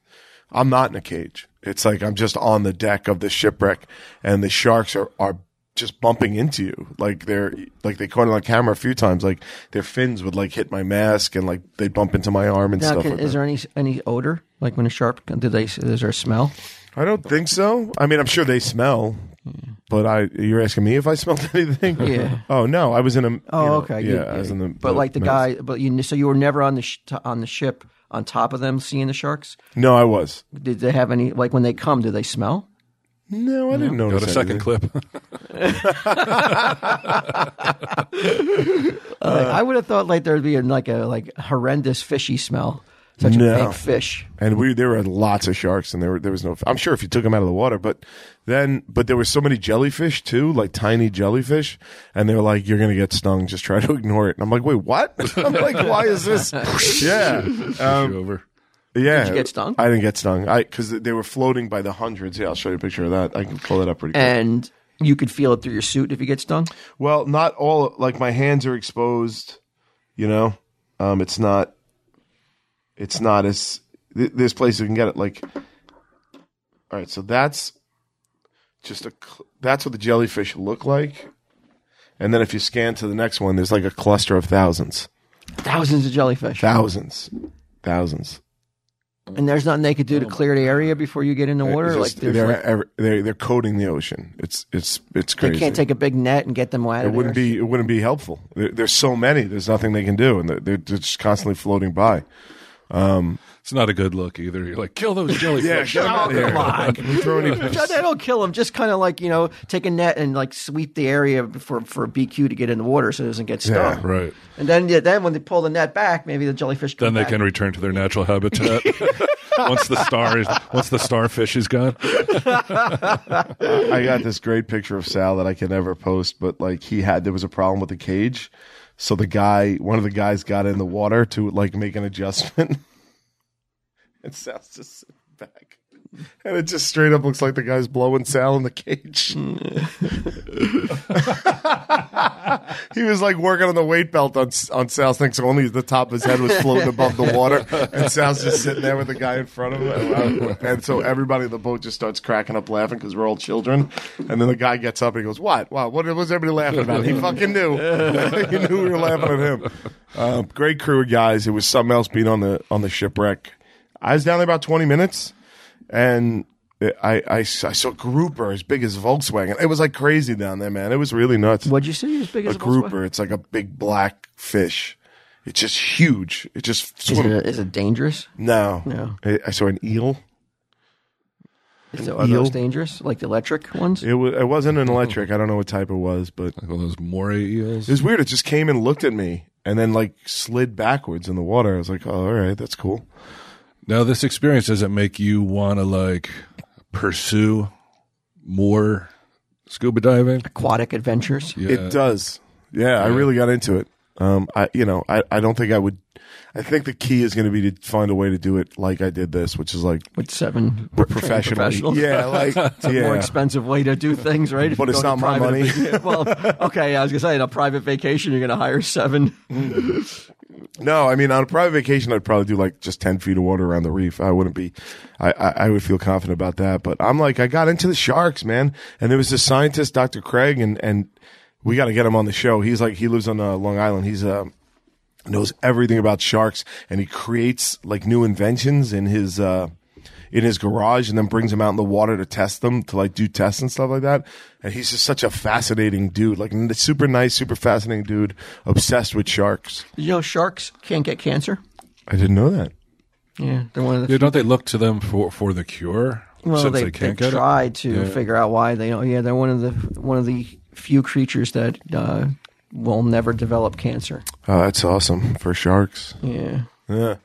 Speaker 2: I'm not in a cage. It's like I'm just on the deck of the shipwreck and the sharks are, are just bumping into you. Like they're, like they caught it on camera a few times. Like their fins would like hit my mask and like they bump into my arm and
Speaker 3: Now,
Speaker 2: stuff
Speaker 3: can,
Speaker 2: like
Speaker 3: is
Speaker 2: that.
Speaker 3: there any any odor like when a shark? Did they? Is there a smell?
Speaker 2: I don't think so. I mean, I'm sure they smell. But I, you're asking me if I smelled anything?
Speaker 3: Yeah.
Speaker 2: Oh no, I was in a.
Speaker 3: Oh,
Speaker 2: you know,
Speaker 3: okay.
Speaker 2: Yeah,
Speaker 3: You-
Speaker 2: I was in the.
Speaker 3: But like the guy, but you so you were never on the sh- t- on the ship on top of them seeing the sharks.
Speaker 2: No, I was.
Speaker 3: Did they have any like when they come? Do they smell?
Speaker 2: No, I didn't
Speaker 1: Got
Speaker 2: notice.
Speaker 1: a second
Speaker 2: anything.
Speaker 1: clip.
Speaker 2: Uh,
Speaker 3: Like, I would have thought like there'd be like a like horrendous fishy smell. Such a
Speaker 2: No.
Speaker 3: big fish.
Speaker 2: And we there were lots of sharks, and there were there was no. I'm sure if you took them out of the water, but then but there were so many jellyfish too, like tiny jellyfish, and they were like, "You're gonna get stung. Just try to ignore it." And I'm like, "Wait, what?" I'm like, "Why is this?" yeah,
Speaker 1: Push over.
Speaker 2: yeah. Did
Speaker 3: you get stung?
Speaker 2: I didn't get stung. I because they were floating by the hundreds. Yeah, I'll show you a picture of that. I can pull it up pretty. quick.
Speaker 3: And you could feel it through your suit if you get stung.
Speaker 2: Well, not all. Like my hands are exposed. You know, um, it's not. It's not as th- this place you can get it. Like, all right, so that's just a. cl- That's what the jellyfish look like, and then if you scan to the next one, there's like a cluster of thousands,
Speaker 3: Thousands of jellyfish.
Speaker 2: thousands, thousands.
Speaker 3: and there's nothing they could do to clear the area before you get in the water.
Speaker 2: It's
Speaker 3: Like
Speaker 2: Oh just-
Speaker 3: there's
Speaker 2: they're,
Speaker 3: like,
Speaker 2: ev- they're they're coating the ocean. It's it's it's
Speaker 3: they
Speaker 2: crazy.
Speaker 3: can't take a big net and get them out.
Speaker 2: It wouldn't be. It wouldn't be helpful. There, there's so many. There's nothing they can do, and they're, they're just constantly floating by.
Speaker 1: It's not a good look either. You're like, kill those jellyfish.
Speaker 2: get 'em
Speaker 3: Oh,
Speaker 2: out of
Speaker 3: come
Speaker 2: here.
Speaker 3: on.
Speaker 2: Throw any-
Speaker 3: That'll kill him. Just kind of like, you know, take a net and like sweep the area for, for BQ to get in the water so it doesn't get stung.
Speaker 1: right.
Speaker 3: And then, yeah, then when they pull the net back, maybe the jellyfish come
Speaker 1: Then they
Speaker 3: back.
Speaker 1: can return to their natural habitat once the star is once the starfish is gone.
Speaker 2: I got this great picture of Sal that I can never post, but like he had there was a problem with the cage, so the guy, one of the guys, got in the water to like make an adjustment, and Sal's just sitting back, and it just straight up looks like the guy's blowing Sal in the cage. he was like working on the weight belt on on Sal's thing, so only the top of his head was floating above the water, and Sal's just sitting there with the guy in front of him, and so everybody in the boat just starts cracking up laughing because we're all children, and then the guy gets up and he goes, "What? Wow, what was everybody laughing about?" He fucking knew, he knew we were laughing at him. Uh, great crew of guys. It was something else being on the on the shipwreck. I was down there about twenty minutes and I, I, I saw a grouper as big as Volkswagen. It was like crazy down there, man. It was really nuts.
Speaker 3: What'd you say? As big as
Speaker 2: a grouper? It's like a big black fish. It's just huge. It just
Speaker 3: Is it,
Speaker 2: swim.
Speaker 3: a, is it dangerous?
Speaker 2: no,
Speaker 3: No.
Speaker 2: I, I saw an eel.
Speaker 3: Is it, are
Speaker 2: eel?
Speaker 3: those dangerous? Like the electric ones?
Speaker 2: It was. It wasn't an electric. I don't know what type it was, but
Speaker 1: Like all those moray eels.
Speaker 2: it was weird. It just came and looked at me, and then like slid backwards in the water. I was like, oh, all right, that's cool.
Speaker 1: Now, this experience doesn't make you want to like pursue more scuba diving.
Speaker 3: Aquatic adventures?
Speaker 1: Yeah.
Speaker 2: It does. Yeah, I really got into it. Um, I you know I, I don't think I would. I think the key is going to be to find a way to do it like I did this, which is like
Speaker 3: With seven
Speaker 2: professionally.
Speaker 3: professionals.
Speaker 2: Yeah, like
Speaker 3: more
Speaker 2: yeah.
Speaker 3: expensive way to do things, right? If
Speaker 2: But
Speaker 3: you
Speaker 2: it's
Speaker 3: go on a
Speaker 2: not my
Speaker 3: private
Speaker 2: money.
Speaker 3: vac- well, okay, I was gonna say, in a private vacation, you're gonna hire seven.
Speaker 2: No, I mean on a private vacation, I'd probably do like just ten feet of water around the reef. I wouldn't be. I I, I would feel confident about that. But I'm like I got into the sharks, man. And there was this scientist, Dr. Craig, and and we got to get him on the show. He's like he lives on uh, Long Island. He's a knows everything about sharks and he creates like new inventions in his uh in his garage and then brings them out in the water to test them to like do tests and stuff like that and he's just such a fascinating dude like n- super nice super fascinating dude obsessed with sharks
Speaker 3: You know, sharks can't get cancer.
Speaker 2: i didn't know that
Speaker 3: Yeah, they're one of the.
Speaker 1: Yeah, don't they look to them for, for the cure?
Speaker 3: well,
Speaker 1: since
Speaker 3: they,
Speaker 1: they can't
Speaker 3: they
Speaker 1: get it. Um,
Speaker 3: try to figure out why they don't. Yeah, they're one of the one of the few creatures that uh, will never develop cancer.
Speaker 2: oh that's awesome for sharks
Speaker 3: Yeah,
Speaker 2: Yeah.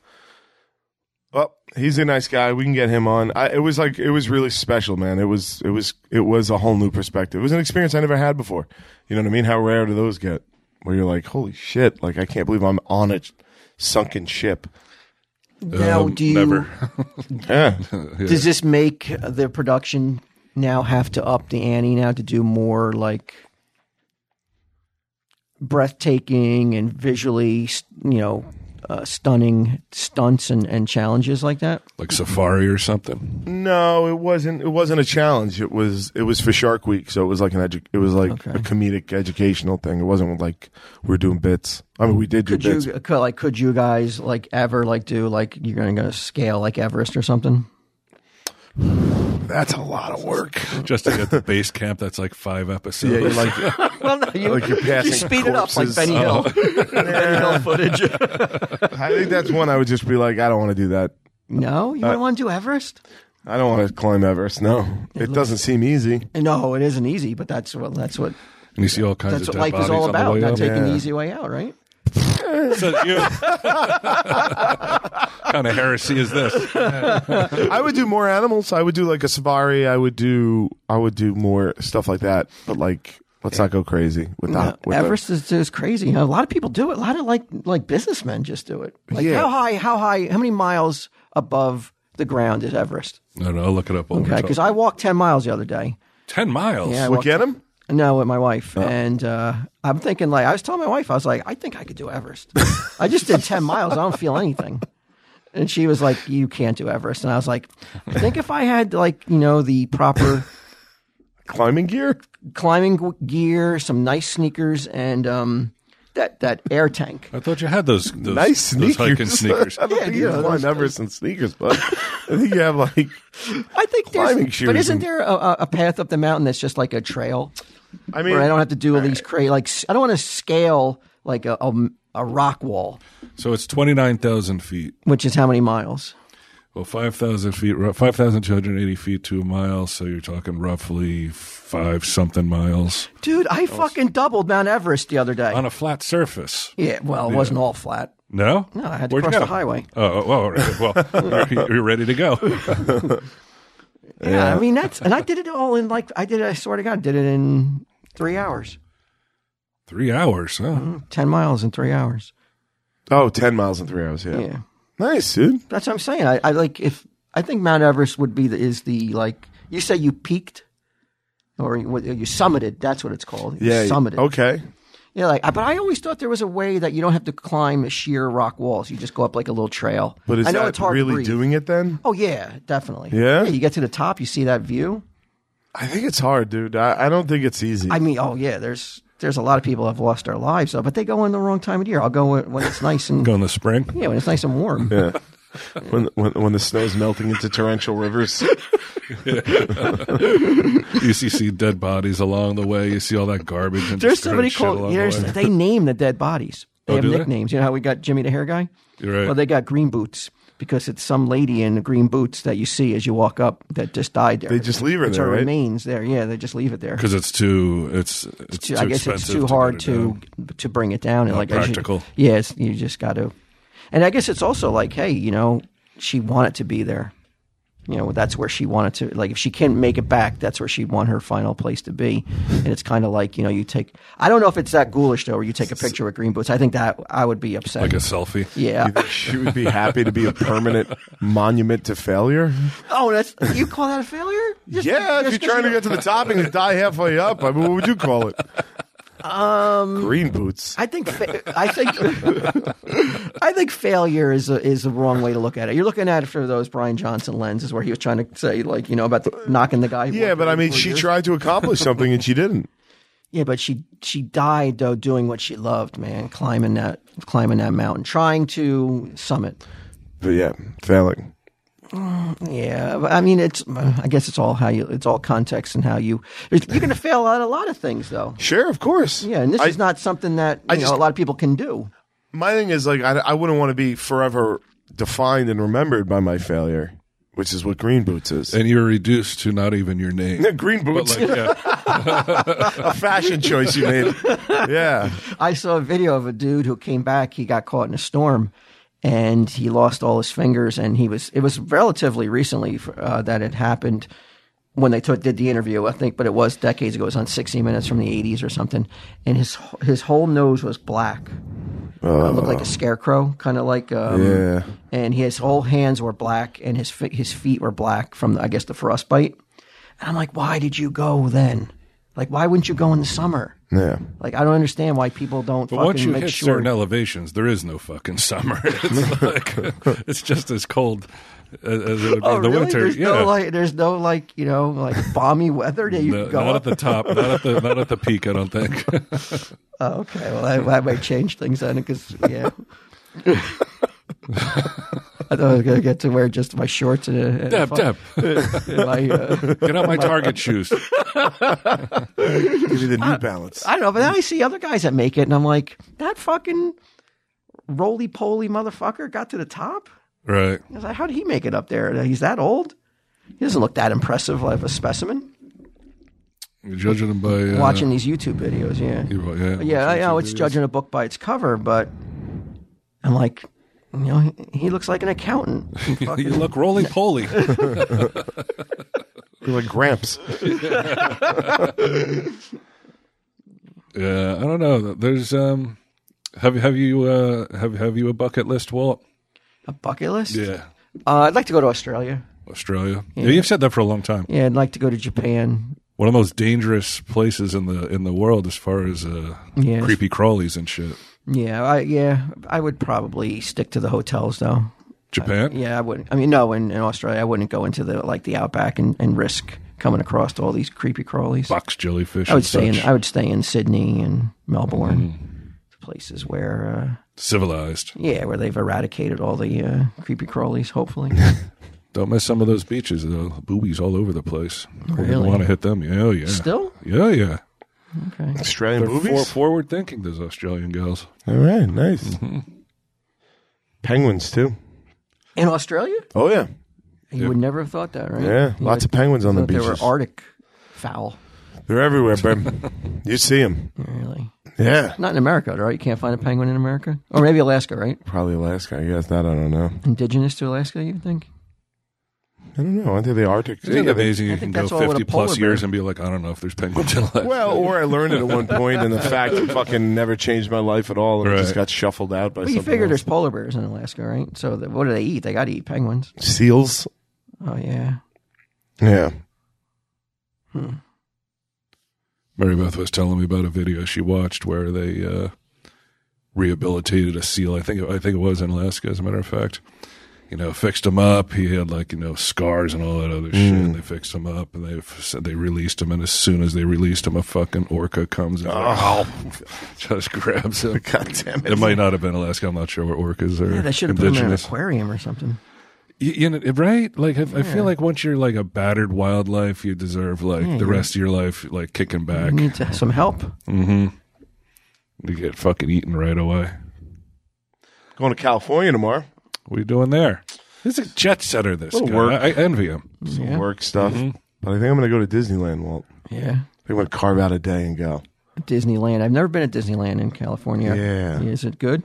Speaker 2: Well, he's a nice guy. We can get him on. I, it was like it was really special, man. It was it was it was a whole new perspective. It was an experience I never had before. You know what I mean? How rare do those get? Where you're like, holy shit! Like I can't believe I'm on a sunken ship.
Speaker 3: Now, do you-
Speaker 1: Uh, never?
Speaker 2: Yeah.
Speaker 3: does this make the production now have to up the ante now to do more like breathtaking and visually you know uh, stunning stunts and, and challenges like that
Speaker 1: like safari or something.
Speaker 2: no, it wasn't. It wasn't a challenge. It was it was for Shark Week, so it was like an edu- It was like
Speaker 3: Okay.
Speaker 2: a comedic educational thing. It wasn't like we're doing bits. I mean, we did do
Speaker 3: could
Speaker 2: bits.
Speaker 3: you could, like could you guys like ever like do like you're gonna go scale like everest or something
Speaker 2: That's a lot of work.
Speaker 1: Just to get the base camp, that's like five episodes.
Speaker 2: Yeah, you like.
Speaker 3: well no you,
Speaker 2: Like Oh, you're passing
Speaker 3: you speed it up like
Speaker 2: corpses. Oh.
Speaker 3: benny hill benny hill footage
Speaker 2: I think that's one I would just be like, I don't want to do that.
Speaker 3: no you
Speaker 2: Uh,
Speaker 3: don't want to do everest
Speaker 2: I don't want to climb Everest. No, it, doesn't seem easy.
Speaker 3: no it isn't easy but that's what that's what
Speaker 1: and you see all kinds
Speaker 3: That's
Speaker 1: of
Speaker 3: what
Speaker 1: dead
Speaker 3: life
Speaker 1: bodies
Speaker 3: is all
Speaker 1: on the
Speaker 3: about.
Speaker 1: way
Speaker 3: Not
Speaker 1: up.
Speaker 3: taking
Speaker 2: Yeah.
Speaker 3: the easy way out, right?
Speaker 1: So you- what kind of heresy is this?
Speaker 2: I would do more animals. I would do like a safari. I would do I would do more stuff like that. But like, let's not go crazy with
Speaker 3: No,
Speaker 2: that. with the-
Speaker 3: Everest is is crazy. You know, a lot of people do it. A lot of like like businessmen just do it. Like
Speaker 2: Yeah.
Speaker 3: how high? How high? How many miles above the ground is Everest?
Speaker 1: No, no, I'll look it up.
Speaker 3: Okay, because I walked ten miles the other day.
Speaker 1: ten miles.
Speaker 3: Yeah, I
Speaker 2: Look
Speaker 3: walked,
Speaker 2: at him.
Speaker 3: no, with my wife,
Speaker 2: Oh.
Speaker 3: and uh, I'm thinking like I was telling my wife, I was like, I think I could do Everest. I just did ten miles. I don't feel anything. And she was like, "You can't do Everest." And I was like, "I think if I had like you know the proper."
Speaker 2: Climbing gear.
Speaker 3: climbing g- gear, some nice sneakers, and um, that that air tank.
Speaker 1: I thought you had those, those
Speaker 2: Nice
Speaker 1: those
Speaker 2: sneakers.
Speaker 1: hiking sneakers.
Speaker 2: I don't
Speaker 3: Yeah,
Speaker 2: think
Speaker 3: you
Speaker 2: you
Speaker 3: know,
Speaker 2: climb
Speaker 3: those-
Speaker 2: Everest in sneakers, but I think you have like
Speaker 3: I think there's,
Speaker 2: Climbing
Speaker 3: but
Speaker 2: shoes
Speaker 3: isn't
Speaker 2: and-
Speaker 3: there a- a, a path up the mountain that's just like a trail
Speaker 2: I mean
Speaker 3: where I don't have to do all these crazy like s- I don't want to scale like a, a, a rock wall.
Speaker 1: So it's 29,000 feet.
Speaker 3: which is how many miles?
Speaker 1: Well, 5,000 feet, rou- 5,280 feet to a mile. So you're talking roughly five something miles
Speaker 3: Dude, I fucking doubled Mount Everest the other day.
Speaker 1: on a flat surface.
Speaker 3: yeah, well, it wasn't all flat.
Speaker 1: No?
Speaker 3: No, I had to
Speaker 1: Where'd you
Speaker 3: cross
Speaker 1: go?
Speaker 3: the highway.
Speaker 1: Oh, well, all right. well you're, you're ready to go.
Speaker 3: Yeah. I mean that's and I did it all in like I did it. I swear to God, did it in three hours,
Speaker 1: Three hours. Huh?
Speaker 3: ten miles in three hours.
Speaker 2: Oh, 10 miles in three hours. Yeah.
Speaker 3: Yeah,
Speaker 2: Nice, dude.
Speaker 3: that's what I'm saying. I, I like if I think Mount Everest would be the, is the like you say you peaked or you, what- you summited. That's what it's called. You
Speaker 2: Yeah.
Speaker 3: summited.
Speaker 2: Okay.
Speaker 3: Yeah, like but I always thought there was a way that you don't have to climb sheer rock walls. You just go up like a little trail.
Speaker 2: But is
Speaker 3: I know
Speaker 2: that
Speaker 3: it's hard to
Speaker 2: really
Speaker 3: breathe.
Speaker 2: doing it then?
Speaker 3: Oh yeah, definitely.
Speaker 2: Yeah?
Speaker 3: you get to the top, you see that view.
Speaker 2: I think it's hard, dude. I, I don't think it's easy.
Speaker 3: I mean, oh yeah, there's there's a lot of people have lost their lives though, but they go in the wrong time of year. I'll go when when it's nice and
Speaker 1: Go in the spring.
Speaker 3: yeah, when it's nice and warm.
Speaker 2: yeah. when, when, when the snow's melting into torrential rivers.
Speaker 1: You see, see dead bodies along the way. You see all that garbage. And
Speaker 3: There's
Speaker 1: discarded
Speaker 3: somebody
Speaker 1: shit
Speaker 3: called.
Speaker 1: along
Speaker 3: There's,
Speaker 1: the way.
Speaker 3: they name the dead bodies. They
Speaker 1: Oh,
Speaker 3: have
Speaker 1: do they?
Speaker 3: nicknames. You know how we got Jimmy the Hair Guy?
Speaker 1: You're right.
Speaker 3: Well, they got green boots because it's some lady in green boots that you see as you walk up that just died there.
Speaker 2: They just leave her
Speaker 3: it's
Speaker 2: there,
Speaker 3: her
Speaker 2: right?
Speaker 3: remains there. Yeah, they just leave it there.
Speaker 1: because it's too it's it's, too
Speaker 3: I guess it's
Speaker 1: expensive
Speaker 3: too
Speaker 1: to
Speaker 3: hard
Speaker 1: get it
Speaker 3: to
Speaker 1: down.
Speaker 3: to bring it down and like as you-
Speaker 1: practical.
Speaker 3: yeah, it's, you just got to. And I guess it's also like, hey, you know, she wanted to be there. You know, that's where she wanted to. Like, if she can't make it back, that's where she would want her final place to be. And it's kind of like, you know, you take. I don't know if it's that ghoulish though, where you take a picture with green boots. I think that I would be upset.
Speaker 1: like a selfie.
Speaker 3: yeah.
Speaker 2: she would be happy to be a permanent monument to failure.
Speaker 3: Oh, that's you call that a failure? Just-
Speaker 2: Yeah,
Speaker 3: just
Speaker 2: if you're
Speaker 3: 'cause
Speaker 2: trying to get to the top and you die halfway up, I mean, what would you call it? Um, Green boots.
Speaker 3: I think fa- I think I think failure is a, is the wrong way to look at it. You're looking at it through those Brian Johnson lenses, where he was trying to say like you know about the, knocking the guy. who
Speaker 2: yeah,
Speaker 3: worked
Speaker 2: but
Speaker 3: with
Speaker 2: I
Speaker 3: him
Speaker 2: mean,
Speaker 3: for
Speaker 2: she
Speaker 3: years.
Speaker 2: tried to accomplish something and she didn't.
Speaker 3: Yeah, but she she died though doing what she loved, man, climbing that climbing that mountain, trying to summit.
Speaker 2: But yeah, failing.
Speaker 3: Yeah, but I mean, it's I guess it's all how you it's all context and how you you're going to fail at a lot of things though.
Speaker 2: Sure, of course.
Speaker 3: Yeah, and this
Speaker 2: I-
Speaker 3: is not something that you know,
Speaker 2: just-
Speaker 3: a lot of people can do.
Speaker 2: my thing is like I, I wouldn't want to be forever defined and remembered by my failure, which is what Green Boots is.
Speaker 1: And you're reduced to not even your name.
Speaker 2: Green
Speaker 1: But
Speaker 2: Boots,
Speaker 1: like, yeah,
Speaker 2: a fashion choice you made. Yeah,
Speaker 3: I saw a video of a dude who came back. He got caught in a storm, and he lost all his fingers. And he was it was relatively recently uh, that it happened when they took, did the interview, I think, but it was decades ago. It was on 60 Minutes from the 80s or something. And his his whole nose was black. it looked like a scarecrow, kind of like um,
Speaker 2: Uh. Yeah.
Speaker 3: And his whole hands were black, and his fi- his feet were black from I guess the frostbite. And I'm like, why did you go then? Like, why wouldn't you go in the summer?
Speaker 2: yeah.
Speaker 3: Like I don't understand why people don't
Speaker 1: but
Speaker 3: fucking
Speaker 1: once you
Speaker 3: make
Speaker 1: hit
Speaker 3: sure.
Speaker 1: certain elevations, there is no fucking summer. It's like it's just as cold as, as it would be
Speaker 3: oh,
Speaker 1: in the
Speaker 3: really?
Speaker 1: winter.
Speaker 3: There's
Speaker 1: yeah,
Speaker 3: no like, there's no like, you know, like balmy weather that you
Speaker 1: No,
Speaker 3: can go
Speaker 1: not at
Speaker 3: up.
Speaker 1: the top, not at the not at the peak. I don't think.
Speaker 3: oh, okay, well that, that might change things then, because yeah. I thought I was gonna get to wear just my shorts and, a, and a
Speaker 1: Deb,
Speaker 3: fu-
Speaker 1: Deb,
Speaker 3: and my, uh,
Speaker 1: get out my Target shoes.
Speaker 2: Give me the New Balance.
Speaker 3: I don't know, but then I see other guys that make it, and I'm like, that fucking roly poly motherfucker got to the top.
Speaker 1: Right.
Speaker 3: I was like, how did he make it up there? He's that old. He doesn't look that impressive, like a specimen.
Speaker 1: You're judging them by uh,
Speaker 3: Watching these YouTube videos, yeah.
Speaker 1: you- yeah,
Speaker 3: Yeah, I
Speaker 1: watching
Speaker 3: know it's
Speaker 1: videos.
Speaker 3: judging a book by its cover, but I'm like, you know, he, he looks like an accountant. He fucking-
Speaker 1: You look roly poly.
Speaker 2: You're like Gramps.
Speaker 1: Yeah, I don't know. There's um, have have you uh have have you a bucket list, Walt?
Speaker 3: a bucket list?
Speaker 1: Yeah,
Speaker 3: Uh, I'd like to go to Australia.
Speaker 1: Australia. Yeah. you've said that for a long time.
Speaker 3: Yeah, I'd like to go to Japan.
Speaker 1: One of the most dangerous places in the in the world as far as uh
Speaker 3: Yes.
Speaker 1: creepy crawlies and shit.
Speaker 3: Yeah, I yeah, I would probably stick to the hotels though.
Speaker 1: Japan.
Speaker 3: Uh, Yeah, I wouldn't. I mean, no, in, in Australia, I wouldn't go into the like the outback and, and risk coming across all these creepy crawlies.
Speaker 1: Box jellyfish.
Speaker 3: I would
Speaker 1: and
Speaker 3: stay in.
Speaker 1: such. Mm.
Speaker 3: I would stay in Sydney and Melbourne, places where. Uh,
Speaker 1: civilized.
Speaker 3: Yeah, where they've eradicated all the uh, creepy crawlies, hopefully.
Speaker 1: Don't miss some of those beaches though. Boobies all over the place. We're gonna
Speaker 3: Really?
Speaker 1: want to hit them. Yeah, oh, yeah.
Speaker 3: Still?
Speaker 1: Yeah, yeah.
Speaker 3: Okay.
Speaker 2: Australian
Speaker 1: They're
Speaker 2: movies.
Speaker 1: forward thinking. Those Australian girls.
Speaker 2: Mm-hmm. All right, nice. Penguins too.
Speaker 3: in Australia?
Speaker 2: Oh yeah,
Speaker 3: You would never have thought that, right?
Speaker 2: yeah. Lots of penguins on the
Speaker 3: Thought they
Speaker 2: beaches.
Speaker 3: were Arctic fowl.
Speaker 2: They're everywhere, Ben. you see them.
Speaker 3: Really?
Speaker 2: Yeah.
Speaker 3: Not in America, right? You can't find a penguin in America, or maybe Alaska, right?
Speaker 2: Probably Alaska. I guess that I don't know.
Speaker 3: Indigenous to Alaska, you think?
Speaker 2: I don't know. Aren't they the Arctic?
Speaker 1: Isn't it amazing you can
Speaker 3: think
Speaker 1: go
Speaker 3: that's all with a
Speaker 1: 50 plus
Speaker 3: polar
Speaker 1: years
Speaker 3: bear-
Speaker 1: and be like, I don't know if there's penguins in Alaska.
Speaker 2: Well, or I learned it at one point, and the fact fucking never changed my life at all, and it just
Speaker 1: Right.
Speaker 2: got shuffled out by
Speaker 3: But you
Speaker 2: something
Speaker 3: figure there's
Speaker 2: else.
Speaker 3: polar bears in Alaska, right? So the, what do they eat? They got to eat penguins.
Speaker 2: seals.
Speaker 3: Oh yeah.
Speaker 2: Yeah.
Speaker 1: Mary Beth was telling me about a video she watched where they uh, rehabilitated a seal. I think I think it was in Alaska, as a matter of fact. You know, fixed him up. He had like you know scars and all that other shit. And they fixed him up, and they f- said they released him. And as soon as they released him, a fucking orca comes and just grabs him.
Speaker 2: Oh, God damn
Speaker 1: It might not have been Alaska. I'm not sure where orcas are.
Speaker 3: Yeah, they should have put them in an
Speaker 1: indigenous.
Speaker 3: aquarium or something.
Speaker 1: Y- you know, right? Like, I, I feel like once you're like a battered wildlife, you deserve like
Speaker 3: Mm-hmm.
Speaker 1: the rest of your life like kicking back.
Speaker 3: They need to- some help. Mm-hmm.
Speaker 1: You get fucking eaten right away.
Speaker 2: Going to California tomorrow.
Speaker 1: What are you doing there? He's a jet setter. This
Speaker 2: Little
Speaker 1: guy.
Speaker 2: work.
Speaker 1: I, I envy him.
Speaker 2: Some
Speaker 3: Yeah.
Speaker 2: work stuff.
Speaker 1: Mm-hmm.
Speaker 2: But I think I'm going to go to Disneyland, Walt.
Speaker 3: Yeah.
Speaker 2: I think I'm going to carve out a day and go.
Speaker 3: Disneyland. I've never been at Disneyland in California.
Speaker 2: Yeah.
Speaker 3: Is it good?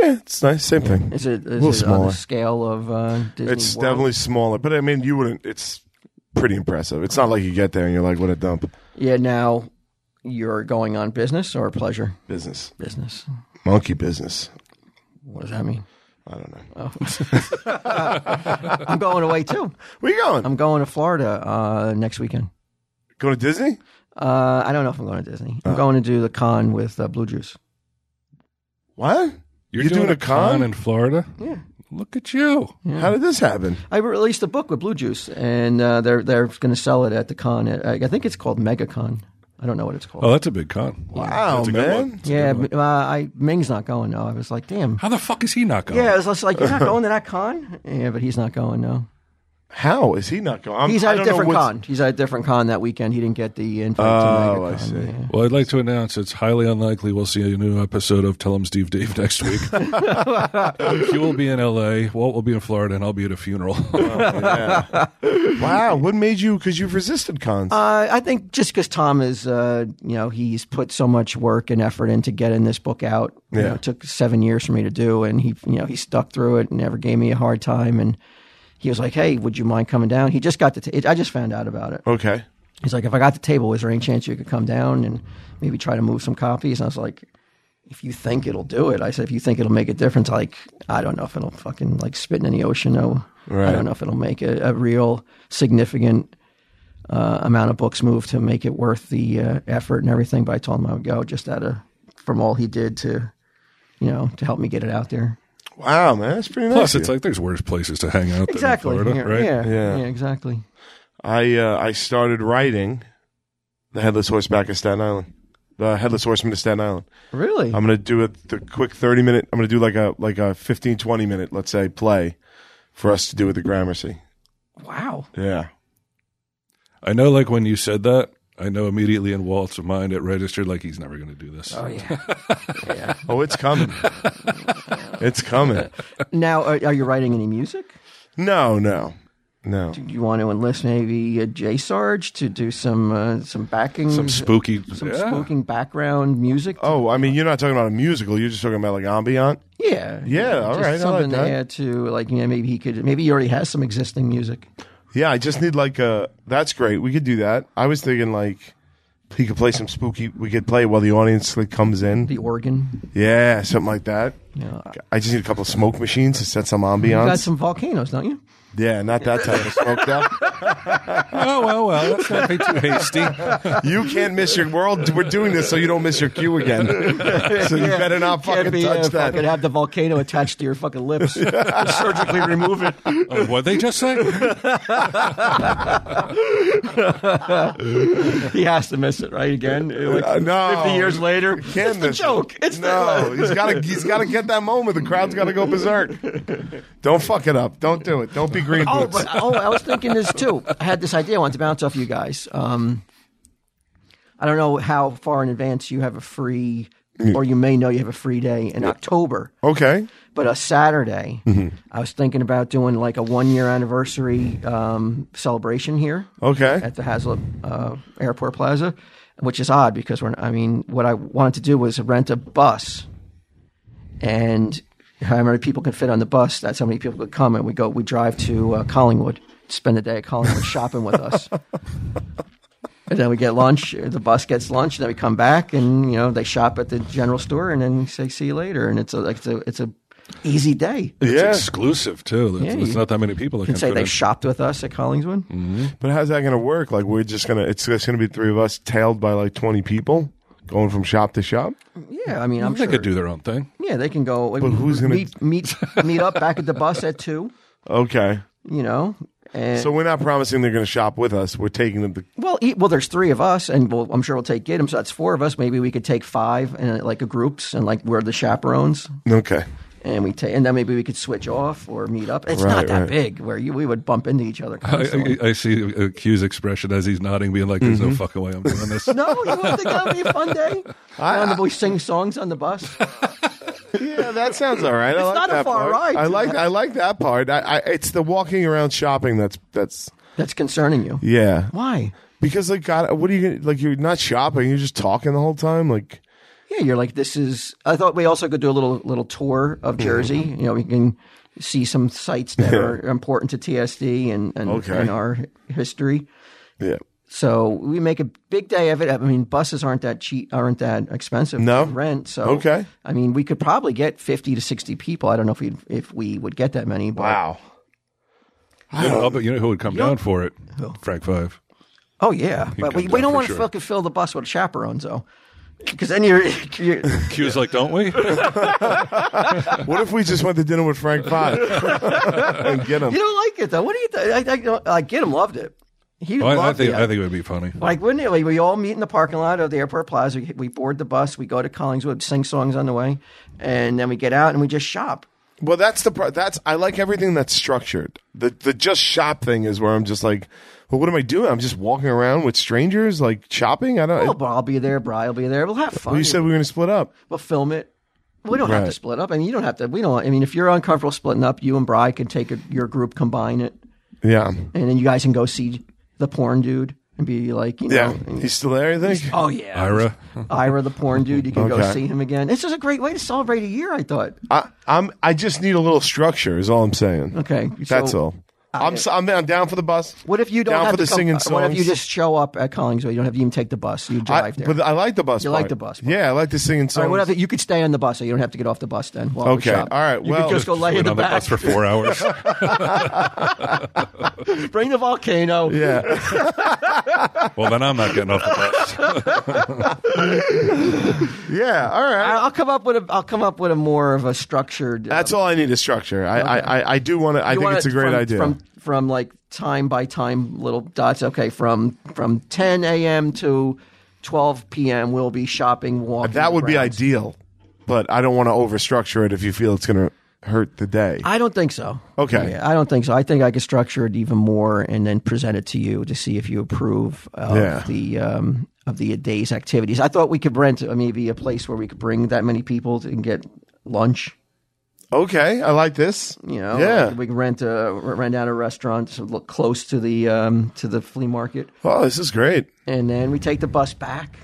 Speaker 2: Yeah, it's nice. Same thing.
Speaker 3: Is it,
Speaker 2: little
Speaker 3: is it on
Speaker 2: smaller.
Speaker 3: the scale of uh, Disney?
Speaker 2: It's
Speaker 3: World?
Speaker 2: definitely smaller, but I mean, you wouldn't. It's pretty impressive. It's not like you get there and you're like, "What a dump."
Speaker 3: Yeah. Now you're going on business or pleasure?
Speaker 2: Business,
Speaker 3: Business.
Speaker 2: monkey business.
Speaker 3: What does that mean?
Speaker 2: I don't know.
Speaker 3: I'm going away too.
Speaker 2: Where you going?
Speaker 3: I'm going to Florida uh, next weekend.
Speaker 2: going to Disney.
Speaker 3: Uh, I don't know if I'm going to Disney. I'm going to do the con with uh, Blue Juice.
Speaker 2: What?
Speaker 1: You're, doing, a con? in Florida?
Speaker 3: Yeah. Hmm.
Speaker 1: Look at you.
Speaker 2: How did this happen?
Speaker 3: I released a book with Blue Juice, and uh, they're they're going to sell it at the con. I, I think it's called MegaCon. I don't know what it's called.
Speaker 1: Oh, that's a big con.
Speaker 2: Wow,
Speaker 1: That's a good
Speaker 2: man.
Speaker 1: one.
Speaker 3: yeah, but, uh, I Ming's not going. No, I was like, damn.
Speaker 1: How the fuck is he not going?
Speaker 3: Yeah, I was just like, you're not going to that con. Yeah, but he's not going. No,
Speaker 2: How is he not going? I'm,
Speaker 3: he's
Speaker 2: Um, I
Speaker 3: at a
Speaker 2: don't know
Speaker 3: different
Speaker 2: what's-
Speaker 3: con. He's at a different con that weekend. He didn't get the invite.
Speaker 2: Oh,
Speaker 3: to MegaCon.
Speaker 2: I see.
Speaker 3: Yeah.
Speaker 1: Well, I'd like to announce it's highly unlikely we'll see a new episode of Tell Him Steve Dave next week. you will be in L.A., Walt will be in Florida, and I'll be at a funeral.
Speaker 2: Wow, what made you? Because you've resisted cons.
Speaker 3: Uh, I think just because Tom is, uh, you know, he's put so much work and effort into getting this book out. You
Speaker 2: Yeah.
Speaker 3: know, it took seven years for me to do, and he, you know, he stuck through it and never gave me a hard time. And he was like, "Hey, would you mind coming down?" He just got the. ta- it- I just found out about it.
Speaker 2: okay.
Speaker 3: He's like, "If I got the table, is there any chance you could come down and maybe try to move some copies?" And I was like. If you think it'll do it, I said. If you think it'll make a difference, like I don't know if it'll fucking like spit in the ocean. No, I
Speaker 2: Right.
Speaker 3: don't know if it'll make a, a real significant uh, amount of books moved to make it worth the uh, effort and everything. But I told him I would go just out of from all he did to, you know, to help me get it out there.
Speaker 2: Wow, man, that's pretty nice.
Speaker 1: Plus,
Speaker 2: of
Speaker 1: it's
Speaker 2: you.
Speaker 1: like there's worse places to hang out than in
Speaker 3: Exactly.
Speaker 1: Florida,
Speaker 3: yeah,
Speaker 1: right?
Speaker 3: yeah,
Speaker 2: Yeah.
Speaker 3: yeah, exactly.
Speaker 2: I uh, I started writing the Headless Horseback of Staten Island, the Headless Horseman of Staten Island.
Speaker 3: Really?
Speaker 1: Um,
Speaker 2: I'm gonna do a the quick 30 minute. I'm gonna do like a like a 15 20 minute, let's say, play for us to do with the Gramercy.
Speaker 3: wow.
Speaker 2: Yeah.
Speaker 1: I know, like when you said that, I know immediately in Walt's mind it registered like he's never going to do this.
Speaker 3: Oh yeah.
Speaker 2: Oh, it's coming. it's coming.
Speaker 3: now, are, are you writing any music?
Speaker 2: No, no, no.
Speaker 3: Do you want to enlist maybe a J Sarge to do some uh, some backing,
Speaker 1: Some spooky,
Speaker 3: some
Speaker 1: Yeah.
Speaker 3: spooking background music?
Speaker 2: Oh, I mean, you're not talking about a musical. You're just talking about like ambient.
Speaker 3: yeah,
Speaker 2: Yeah, all
Speaker 3: Just
Speaker 2: right, I like
Speaker 3: Something
Speaker 2: that.
Speaker 3: to add to like, you know, maybe he could. Maybe he already has some existing music.
Speaker 2: Yeah, I just need like a. That's great. We could do that. I was thinking like he could play some spooky. We could play it while the audience like comes in.
Speaker 3: The organ.
Speaker 2: Yeah, something like that.
Speaker 3: You know,
Speaker 2: I just need a couple of smoke machines to set some
Speaker 3: you got
Speaker 2: ambiance.
Speaker 3: some volcanoes, don't you?
Speaker 2: yeah, not that type of smoke though.
Speaker 1: Oh well, well, let's not be too hasty.
Speaker 2: You can't miss your world. We're doing this so you don't miss your cue again. So you better not
Speaker 3: Can't
Speaker 2: fucking
Speaker 3: be, uh,
Speaker 2: touch that.
Speaker 3: Fucking have the volcano attached to your fucking lips. Just surgically remove it.
Speaker 1: Oh, what they just say?
Speaker 3: He has to miss it, right? Again, like
Speaker 2: Uh, no.
Speaker 3: fifty years later.
Speaker 2: Can't
Speaker 3: it's the
Speaker 2: miss it.
Speaker 3: joke. It's
Speaker 2: no,
Speaker 3: the
Speaker 2: he's got to. He's got to get that moment. The crowd's got to go berserk. Don't fuck it up. Don't do it. Don't be green
Speaker 3: Oh,
Speaker 2: boots.
Speaker 3: but, oh, I was thinking this too. I had this idea I wanted to bounce off you guys. Um, I don't know how far in advance you have a free or you may know you have a free day in October.
Speaker 2: Okay.
Speaker 3: But a Saturday, I was thinking about doing like a one year anniversary um, celebration here
Speaker 2: Okay.
Speaker 3: at the Hazlitt uh, Airport Plaza, which is odd because we're. I mean, what I wanted to do was rent a bus, and how many people can fit on the bus? That's how many people could come, and we go. We drive to uh, Collingwood, spend the day at Collingwood shopping with us. And then we get lunch. The bus gets lunch. Then we come back, and you know they shop at the general store, and then say see you later. And it's a like, it's a it's a easy day. You
Speaker 1: It's
Speaker 2: Yeah.
Speaker 1: exclusive too. There's,
Speaker 3: Yeah,
Speaker 1: there's
Speaker 3: you
Speaker 1: not that many people that can,
Speaker 3: can say
Speaker 1: fit
Speaker 3: they
Speaker 1: in.
Speaker 3: shopped with us at Collingswood.
Speaker 2: But how's that going to work? Like, we're just going to, it's just going to be three of us tailed by like 20 people going from shop to shop.
Speaker 3: Yeah, I mean, I'm
Speaker 1: they
Speaker 3: sure
Speaker 1: could do their own thing.
Speaker 3: Yeah, they can go.
Speaker 2: But who's gonna-
Speaker 3: meet meet meet up back at the bus at two?
Speaker 2: Okay.
Speaker 3: You know, and
Speaker 2: So we're not promising they're going to shop with us. We're taking them to,
Speaker 3: well, e- well, there's three of us, and we'll, I'm sure we'll take Gidim. So that's four of us. Maybe we could take five and uh, like a groups, and like we're the chaperones,
Speaker 2: okay.
Speaker 3: and we take, and then maybe we could switch off or meet up. It's
Speaker 2: Right,
Speaker 3: not that
Speaker 2: right.
Speaker 3: big where you we would bump into each other. Constantly.
Speaker 1: I, I, I see uh, Q's expression as he's nodding, being like, "There's
Speaker 3: Mm-hmm.
Speaker 1: no fucking way I'm doing this."
Speaker 3: no, you wouldn't think that would be a fun day? on the, we sing songs on the bus.
Speaker 2: Yeah, that sounds all right. I like
Speaker 3: not a
Speaker 2: that
Speaker 3: far
Speaker 2: part.
Speaker 3: ride.
Speaker 2: I like I like that part. I, I it's the walking around shopping that's that's
Speaker 3: That's concerning you.
Speaker 2: yeah.
Speaker 3: Why?
Speaker 2: Because like God, what are you gonna like? You're not shopping. You're just talking the whole time. Like
Speaker 3: Yeah, you're like this is. I thought we also could do a little little tour of
Speaker 2: Mm-hmm.
Speaker 3: Jersey. You know, we can see some sites that are important to TSD and and,
Speaker 2: Okay.
Speaker 3: and our history.
Speaker 2: yeah,
Speaker 3: So we make a big day of it. I mean, buses aren't that cheap, aren't that expensive.
Speaker 2: No?
Speaker 3: to rent. So
Speaker 2: Okay.
Speaker 3: I mean, we could probably get fifty to sixty people. I don't know if we if we would get that many. But,
Speaker 1: You know, but you know who would come down for it? Frank Five.
Speaker 3: Oh yeah, but
Speaker 1: come
Speaker 3: we, we
Speaker 1: down
Speaker 3: don't
Speaker 1: for
Speaker 3: want to
Speaker 1: sure.
Speaker 3: fucking fill the bus with chaperones though, because then you're, you're
Speaker 1: Q's like, "Don't we?"
Speaker 2: What if we just went to dinner with Frank Pot and get him?
Speaker 3: you don't like it though. What do you? Th- I, I, I get him loved it. He
Speaker 1: Well, I, I
Speaker 3: loved
Speaker 1: think
Speaker 3: it.
Speaker 1: I think it would be funny.
Speaker 3: Like, wouldn't it? Like, we all meet in the parking lot of the airport plaza. We- We board the bus. We go to Collingswood, sing songs on the way, and then we get out and we just shop.
Speaker 2: Well, that's the part. That's I like everything that's structured. The the just shop thing is where I'm just like, well, what am I doing? I'm just walking around with strangers like shopping. I don't.
Speaker 3: Oh, but I'll be there. Bri will be there. We'll have fun.
Speaker 2: you said we were going to split up.
Speaker 3: we'll film it. We don't have to
Speaker 2: Right.
Speaker 3: split up. I mean, you don't have to. We don't. I mean, if you're uncomfortable splitting up, you and Bri can take a, your group, combine it,
Speaker 2: Yeah.
Speaker 3: and then you guys can go see the porn dude and be like, you know,
Speaker 2: Yeah.
Speaker 3: and-
Speaker 2: He's still there. I think.
Speaker 3: oh yeah,
Speaker 1: Ira,
Speaker 3: Ira the porn dude. You can go
Speaker 2: Okay.
Speaker 3: see him again. This is a great way to celebrate a year. I thought.
Speaker 2: I, I'm. I just need a little structure. Is all I'm saying.
Speaker 3: Okay,
Speaker 2: That's
Speaker 3: so-
Speaker 2: all. I'm. so- I'm down- down for the bus.
Speaker 3: What if you don't
Speaker 2: down
Speaker 3: have
Speaker 2: for
Speaker 3: to
Speaker 2: the
Speaker 3: come-
Speaker 2: singing
Speaker 3: What if you
Speaker 2: songs?
Speaker 3: just show up at Collingswood? You don't have to even take the bus. You
Speaker 2: I,
Speaker 3: drive there.
Speaker 2: but I like the bus.
Speaker 3: You like
Speaker 2: part.
Speaker 3: the bus part.
Speaker 2: Yeah, I like the singing songs.
Speaker 3: All right, what if you could stay on the bus, so you don't have to get off the bus then. While we
Speaker 2: Okay,
Speaker 3: shop.
Speaker 2: all right,
Speaker 3: You
Speaker 2: well-
Speaker 3: could just go lay
Speaker 1: went
Speaker 3: in the
Speaker 1: on the
Speaker 3: back.
Speaker 1: bus for four hours.
Speaker 3: Bring the volcano.
Speaker 2: yeah.
Speaker 1: well, then I'm not getting off the bus.
Speaker 2: yeah. All right.
Speaker 3: I- I'll come up with a. I'll come up with a more of a structured.
Speaker 2: That's all I need is structure. I, I, I, I do want to. I
Speaker 3: You
Speaker 2: think
Speaker 3: want
Speaker 2: it's
Speaker 3: it
Speaker 2: a great
Speaker 3: from,
Speaker 2: idea.
Speaker 3: From from like time by time little dots. Okay, from from 10 a.m. to 12 p.m. We'll be shopping, walking.
Speaker 2: that would be
Speaker 3: around.
Speaker 2: ideal, but I don't want to overstructure it if you feel it's going to hurt the day.
Speaker 3: I don't think so.
Speaker 2: Okay.
Speaker 3: Yeah, I don't think so. I think I could structure it even more and then present it to you to see if you approve of
Speaker 2: Yeah.
Speaker 3: the um, of the day's activities. I thought we could rent uh, maybe a place where we could bring that many people to- and get lunch.
Speaker 2: okay, I like this.
Speaker 3: You know,
Speaker 2: yeah.
Speaker 3: Like we could rent a rent out a restaurant to look close to the um, to the flea market,
Speaker 2: oh, this is great.
Speaker 3: and then we take the bus back.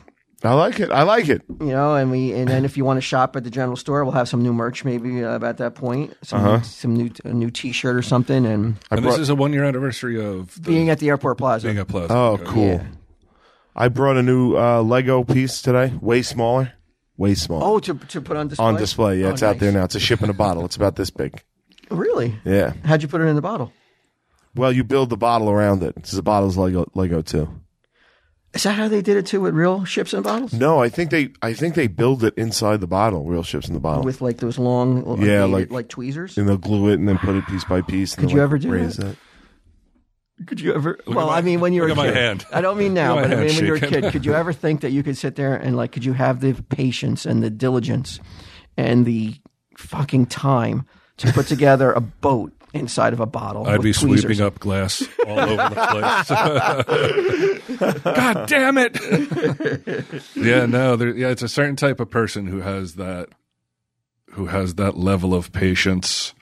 Speaker 2: I like it. I like it.
Speaker 3: You know, and we and then if you want to shop at the general store, we'll have some new merch maybe uh, about that point, some
Speaker 2: Uh-huh.
Speaker 3: new, some new a new t shirt or something, and
Speaker 1: And this is a one year anniversary of the
Speaker 3: being at the airport plaza.
Speaker 1: being a plus.
Speaker 2: Oh, cool. I brought a new uh, Lego piece today. Way smaller. Way smaller.
Speaker 3: Oh, to to put on display.
Speaker 2: on display. Yeah,
Speaker 3: Oh,
Speaker 2: it's out
Speaker 3: nice.
Speaker 2: there now. It's a ship in a bottle. It's about this big.
Speaker 3: Really?
Speaker 2: Yeah.
Speaker 3: How'd you put it in the bottle?
Speaker 2: Well, you build the bottle around it. It's the bottle's Lego Lego too.
Speaker 3: Is that how they did it too with real ships and bottles?
Speaker 2: No, I think they I think they build it inside the bottle, real ships in the bottle.
Speaker 3: With like those long,
Speaker 2: Yeah,
Speaker 3: dated,
Speaker 2: like-
Speaker 3: like tweezers.
Speaker 2: and they'll glue it and then put it piece by piece. And
Speaker 3: Could
Speaker 2: they'll,
Speaker 3: you
Speaker 2: like,
Speaker 3: ever do
Speaker 2: raise
Speaker 3: that?
Speaker 2: it.
Speaker 3: Could you ever? well,
Speaker 1: my-
Speaker 3: I mean, when you were
Speaker 1: look
Speaker 3: a
Speaker 1: at my
Speaker 3: kid,
Speaker 1: hand.
Speaker 3: I don't mean now,
Speaker 1: Look at my
Speaker 3: but I mean
Speaker 1: hand
Speaker 3: when you were a
Speaker 1: shaking.
Speaker 3: kid, could you ever think that you could sit there and like, could you have the patience and the diligence and the fucking time to put together a boat inside of a bottle.
Speaker 1: I'd
Speaker 3: with
Speaker 1: be
Speaker 3: tweezers.
Speaker 1: sweeping up glass all over the place. God damn it! yeah, no, there, yeah, it's a certain type of person who has that, who has that level of patience.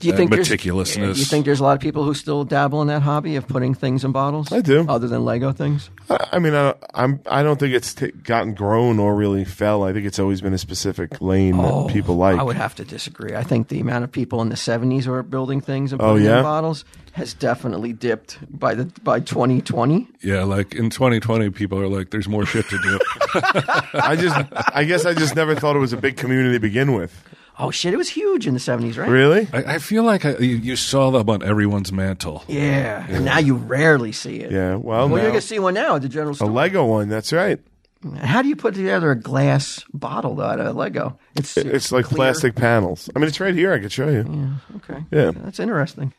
Speaker 3: Do you
Speaker 1: and
Speaker 3: think there's-
Speaker 1: meticulousness.
Speaker 3: You think there's a lot of people who still dabble in that hobby of putting things in bottles?
Speaker 2: I do.
Speaker 3: Other than Lego things,
Speaker 2: I I mean, I, I'm. I don't think it's t- gotten grown or really fell. I think it's always been a specific lane
Speaker 3: Oh,
Speaker 2: that people like.
Speaker 3: I would have to disagree. I think the amount of people in the '70s who are building things and
Speaker 2: Oh,
Speaker 3: putting
Speaker 2: yeah?
Speaker 3: in bottles has definitely dipped by the by 2020.
Speaker 1: Yeah, like in 2020, people are like, "There's more shit to do."
Speaker 2: I just. I guess I just never thought it was a big community to begin with.
Speaker 3: Oh shit, it was huge in the '70s, right?
Speaker 2: Really?
Speaker 1: I, I feel like I, you, you saw them on everyone's mantle.
Speaker 3: Yeah. And now you rarely see it.
Speaker 2: Yeah. Well,
Speaker 3: Well, you're
Speaker 2: now- Oh.
Speaker 3: gonna see one now at the general
Speaker 2: a
Speaker 3: store.
Speaker 2: Lego one. That's right.
Speaker 3: How do you put together a glass bottle though out of Lego? It's
Speaker 2: It's like
Speaker 3: clear.
Speaker 2: plastic panels. I mean, it's right here. I could show you.
Speaker 3: Okay.
Speaker 2: Yeah.
Speaker 3: That's interesting.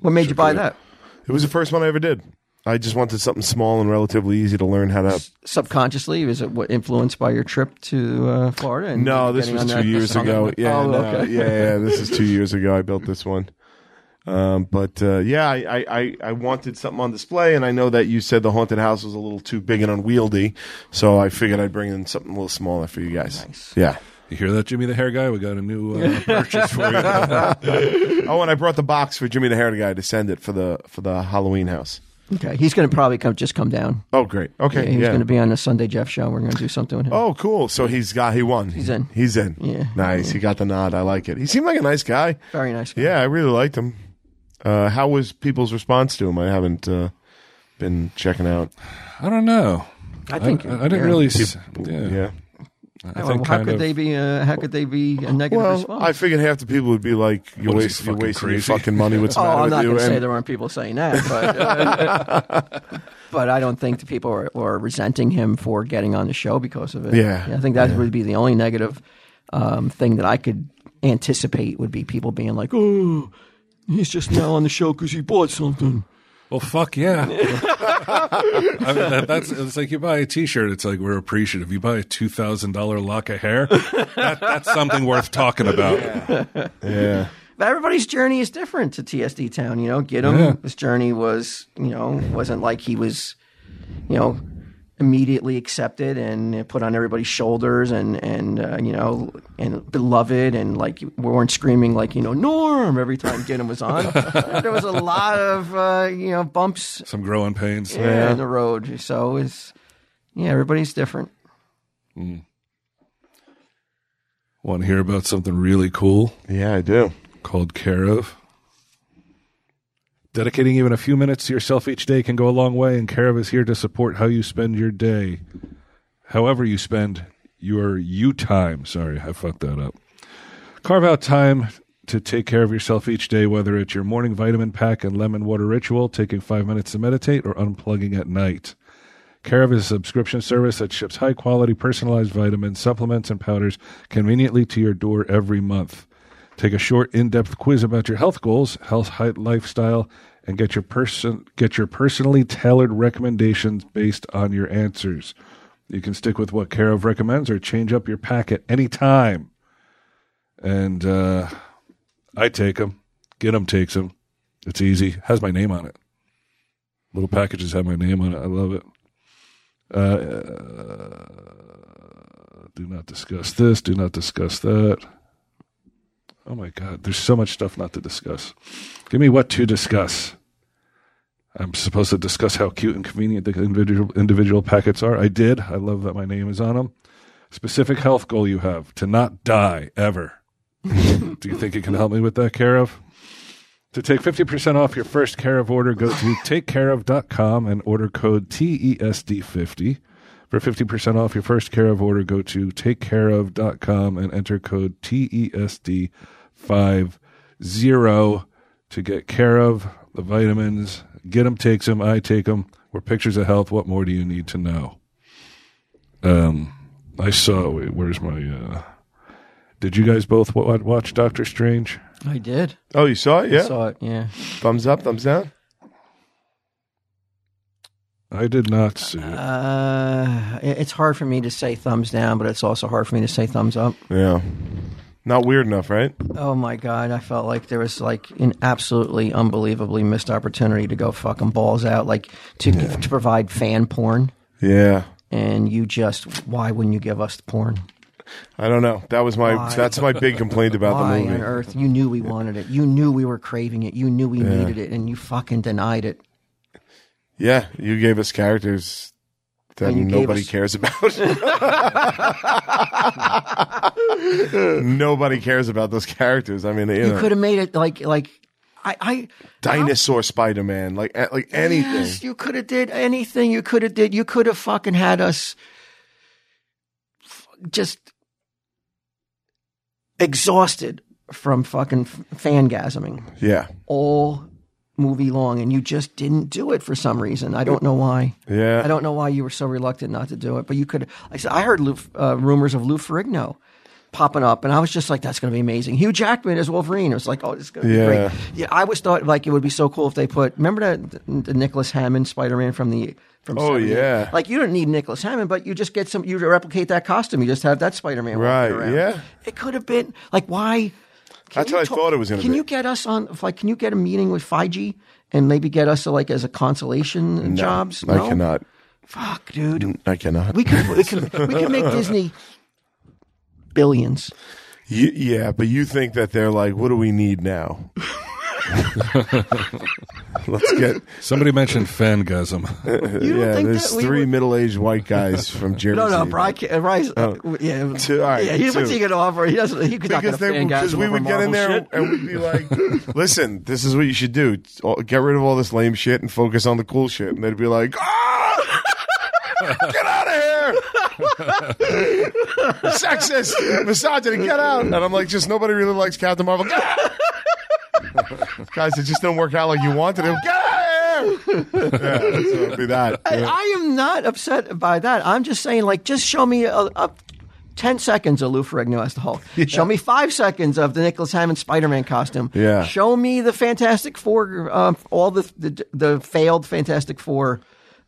Speaker 3: What made you buy that?
Speaker 2: It was the first one I ever did. I just wanted something small and relatively easy to learn how to.
Speaker 3: Subconsciously, is it what influenced by your trip to uh, Florida? And
Speaker 2: No, this
Speaker 3: getting
Speaker 2: was
Speaker 3: on
Speaker 2: two
Speaker 3: that-
Speaker 2: years
Speaker 3: on that-
Speaker 2: ago. Yeah,
Speaker 3: oh,
Speaker 2: no,
Speaker 3: okay.
Speaker 2: yeah, yeah. This is two years ago. I built this one. Um, but uh, yeah, I, I, I, I wanted something on display, and I know that you said the haunted house was a little too big and unwieldy, so I figured I'd bring in something a little smaller for you guys.
Speaker 3: Nice.
Speaker 2: Yeah.
Speaker 1: You hear that, Jimmy the Hair Guy? We got a new uh, purchase for you.
Speaker 2: Oh, and I brought the box for Jimmy the Hair Guy to send it for the for the Halloween house.
Speaker 3: Okay. He's going to probably come just come down.
Speaker 2: Oh, great. Okay.
Speaker 3: Yeah, he's
Speaker 2: yeah.
Speaker 3: going to be on the Sunday Jeff show. We're going to do something with him.
Speaker 2: Oh, cool. So he's got he won. He's
Speaker 3: in.
Speaker 2: He's in.
Speaker 3: Yeah.
Speaker 2: Nice. He got the nod. I like it. He seemed like a nice guy.
Speaker 3: Very nice. guy.
Speaker 2: Yeah, I really liked him. Uh, how was people's response to him? I haven't uh, been checking out.
Speaker 1: I don't know.
Speaker 3: I think
Speaker 1: I,
Speaker 3: you're-
Speaker 1: didn't
Speaker 3: yeah.
Speaker 1: really. s- yeah,
Speaker 2: Yeah.
Speaker 1: I
Speaker 3: Well,
Speaker 1: think
Speaker 3: how
Speaker 1: kind
Speaker 3: could
Speaker 1: of-
Speaker 3: they be? Uh, how could they be a negative
Speaker 2: Well,
Speaker 3: response?
Speaker 2: I figured half the people would be like, "You're,
Speaker 1: What is
Speaker 2: waste,
Speaker 1: he,
Speaker 2: you're
Speaker 1: fucking
Speaker 2: wasting your
Speaker 1: crazy?"
Speaker 2: fucking money. What's the
Speaker 3: Oh,
Speaker 2: matter
Speaker 3: I'm
Speaker 2: with
Speaker 3: not
Speaker 2: you?"
Speaker 3: going to say
Speaker 2: And-
Speaker 3: there weren't people saying that, but uh, but I don't think the people were, were resenting him for getting on the show because of it.
Speaker 2: Yeah.
Speaker 3: I think that would be the only negative um, thing that I could anticipate would be people being like, "Oh, he's just now on the show because he bought something."
Speaker 1: Well, fuck yeah. I mean, that, that's it's like you buy a T-shirt. It's like we're appreciative. You buy a two thousand dollar lock of hair. That, that's something worth talking about.
Speaker 2: yeah.
Speaker 3: But everybody's journey is different to TSD Town. You know, get him.
Speaker 1: Yeah.
Speaker 3: His journey was, you know, wasn't like he was, you know, immediately accepted and put on everybody's shoulders and and uh, you know and beloved and like we weren't screaming like you know Norm every time Get him was on. there was a lot of uh, you know bumps
Speaker 1: Some growing pains.
Speaker 3: yeah. in the road. So it's yeah, everybody's different.
Speaker 1: Want to hear about something really cool
Speaker 2: Yeah, I do.
Speaker 1: called Care of? Dedicating even a few minutes to yourself each day can go a long way, and Care of is here to support how you spend your day. However, you spend your you time. Sorry, I fucked that up. Carve out time to take care of yourself each day, whether it's your morning vitamin pack and lemon water ritual, taking five minutes to meditate, or unplugging at night. Carev is a subscription service that ships high quality personalized vitamins, supplements, and powders conveniently to your door every month. Take a short, in depth quiz about your health goals, health, height, lifestyle, and get your, person, get your personally tailored recommendations based on your answers. You can stick with what Carev recommends or change up your pack at any time. And uh, I take them. Get 'em takes them. It's easy. Has my name on it. Little packages have my name on it. I love it. Uh, do not discuss this, do not discuss that. Oh my God, there's so much stuff not to discuss. Give me what to discuss. I'm supposed to discuss how cute and convenient the individual, individual packets are. I did. I love that my name is on them. Specific health goal you have to not die ever. do you think you can help me with that, Care of? To take 50% off your first Care of order, go to takecareof.com and order code E TESD50. For 50% off your first Care of order, go to takecareof.com and enter code E TESD50 to get Care of the vitamins. Get them, takes them, I take them. We're pictures of health. What more do you need to know? Um, I saw, wait, where's my, uh, did you guys both wa- watch Doctor Strange?
Speaker 3: I did
Speaker 2: Oh, you saw it? Yeah.
Speaker 3: saw it. Yeah,
Speaker 2: thumbs up, thumbs down.
Speaker 1: I did not see it.
Speaker 3: uh, it- it's hard for me to say thumbs down, but it's also hard for me to say thumbs up.
Speaker 2: Yeah. Not weird enough, right?
Speaker 3: Oh my god, I felt like there was like an absolutely unbelievably missed opportunity to go fucking balls out, like to to provide fan porn,
Speaker 2: Yeah.
Speaker 3: and you just why wouldn't you give us the porn?
Speaker 2: I don't know. That was my.
Speaker 3: Why?
Speaker 2: That's my big complaint about
Speaker 3: Why
Speaker 2: the movie.
Speaker 3: on earth? You knew we wanted it. You knew we were craving it. You knew we needed it, and you fucking denied it.
Speaker 2: Yeah, you gave us characters that
Speaker 3: And you gave
Speaker 2: nobody
Speaker 3: us-
Speaker 2: cares about. nobody cares about those characters. I mean, you
Speaker 3: You
Speaker 2: know,
Speaker 3: could have made it like like I I
Speaker 2: dinosaur Spider Man, like a- like anything.
Speaker 3: Yes, you could have did anything. You could have did. You could have fucking had us f- just exhausted from fucking f- fangasming
Speaker 2: Yeah,
Speaker 3: all movie long, and you just didn't do it for some reason. I don't know why.
Speaker 2: yeah.
Speaker 3: I don't know why you were so reluctant not to do it, but you could. I said I heard Lou, uh, rumors of Lou Ferrigno popping up, and I was just like, "That's going to be amazing." Hugh Jackman as Wolverine. It was like, "Oh, it's going to
Speaker 2: Yeah.
Speaker 3: be great." Yeah, I always thought like it would be so cool if they put. Remember that the Nicholas Hammond Spider Man from the from.
Speaker 2: Oh,
Speaker 3: 78?
Speaker 2: yeah.
Speaker 3: Like you don't need Nicholas Hammond, but you just get some. You replicate that costume. You just have that Spider Man.
Speaker 2: Right,
Speaker 3: Around.
Speaker 2: yeah.
Speaker 3: It could have been like why. can
Speaker 2: That's
Speaker 3: you
Speaker 2: what I
Speaker 3: ta-
Speaker 2: thought it was gonna
Speaker 3: Can
Speaker 2: be.
Speaker 3: you get us on? if, Like, can you get a meeting with Feige and maybe get us like as a consolation
Speaker 2: No,
Speaker 3: jobs?
Speaker 2: I
Speaker 3: No?
Speaker 2: cannot.
Speaker 3: Fuck, dude.
Speaker 2: I cannot.
Speaker 3: We could we could we could make Disney billions.
Speaker 2: You, yeah, but you think that they're like, what do we need now? Let's get.
Speaker 1: Somebody mentioned fangasm.
Speaker 3: You don't
Speaker 2: yeah,
Speaker 3: think
Speaker 2: there's
Speaker 3: that we
Speaker 2: three
Speaker 3: would-
Speaker 2: middle-aged white guys from Jersey.
Speaker 3: No, no, Brian, uh, Brian, uh, yeah,
Speaker 2: Oh. Two, all right,
Speaker 3: yeah, he, what's
Speaker 2: two.
Speaker 3: he going to offer? He doesn't. He could not
Speaker 2: because
Speaker 3: gonna
Speaker 2: they
Speaker 3: fan
Speaker 2: because
Speaker 3: gasm
Speaker 2: we
Speaker 3: over
Speaker 2: would get in
Speaker 3: Marvel
Speaker 2: there
Speaker 3: shit.
Speaker 2: and we'd be like, "Listen, this is what you should do. It's all- Get rid of all this lame shit and focus on the cool shit." And they'd be like, "Ah, get out of here, sexist, misogynist, get out!" And I'm like, "Just nobody really likes Captain Marvel, Get out. guys. It just didn't work out like you wanted it. Get out of here." Yeah, so it'd be that.
Speaker 3: I, I am not upset by that. I'm just saying, like, just show me a. a 10 seconds of Lou Ferrigno as the Hulk. Show me five seconds of the Nicholas Hammond Spider Man costume.
Speaker 2: Yeah.
Speaker 3: Show me the Fantastic Four, um, all the, the the failed Fantastic Four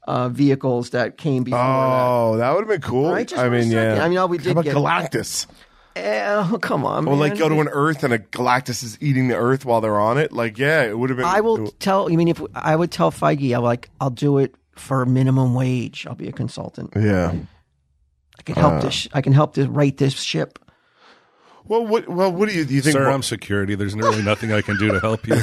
Speaker 3: uh, vehicles that came before. that.
Speaker 2: Oh, that would have been cool.
Speaker 3: Right, just
Speaker 2: I
Speaker 3: for a
Speaker 2: mean, yeah.
Speaker 3: second. I mean, all we did
Speaker 2: How about
Speaker 3: get-
Speaker 2: Galactus?
Speaker 3: Eh, oh, come on,
Speaker 2: Or
Speaker 3: man.
Speaker 2: like go to an Earth and a Galactus is eating the Earth while they're on it. Like, yeah, it would have been.
Speaker 3: I will tell. I mean, if I would tell Feige, I'm like, I'll do it for minimum wage. I'll be a consultant.
Speaker 2: Yeah.
Speaker 3: I can
Speaker 2: Ah.
Speaker 3: help this. I can help this write this ship.
Speaker 2: Well, what? Well, what do you, do you think?
Speaker 1: Sir, I'm security. There's really nothing I can do to help you.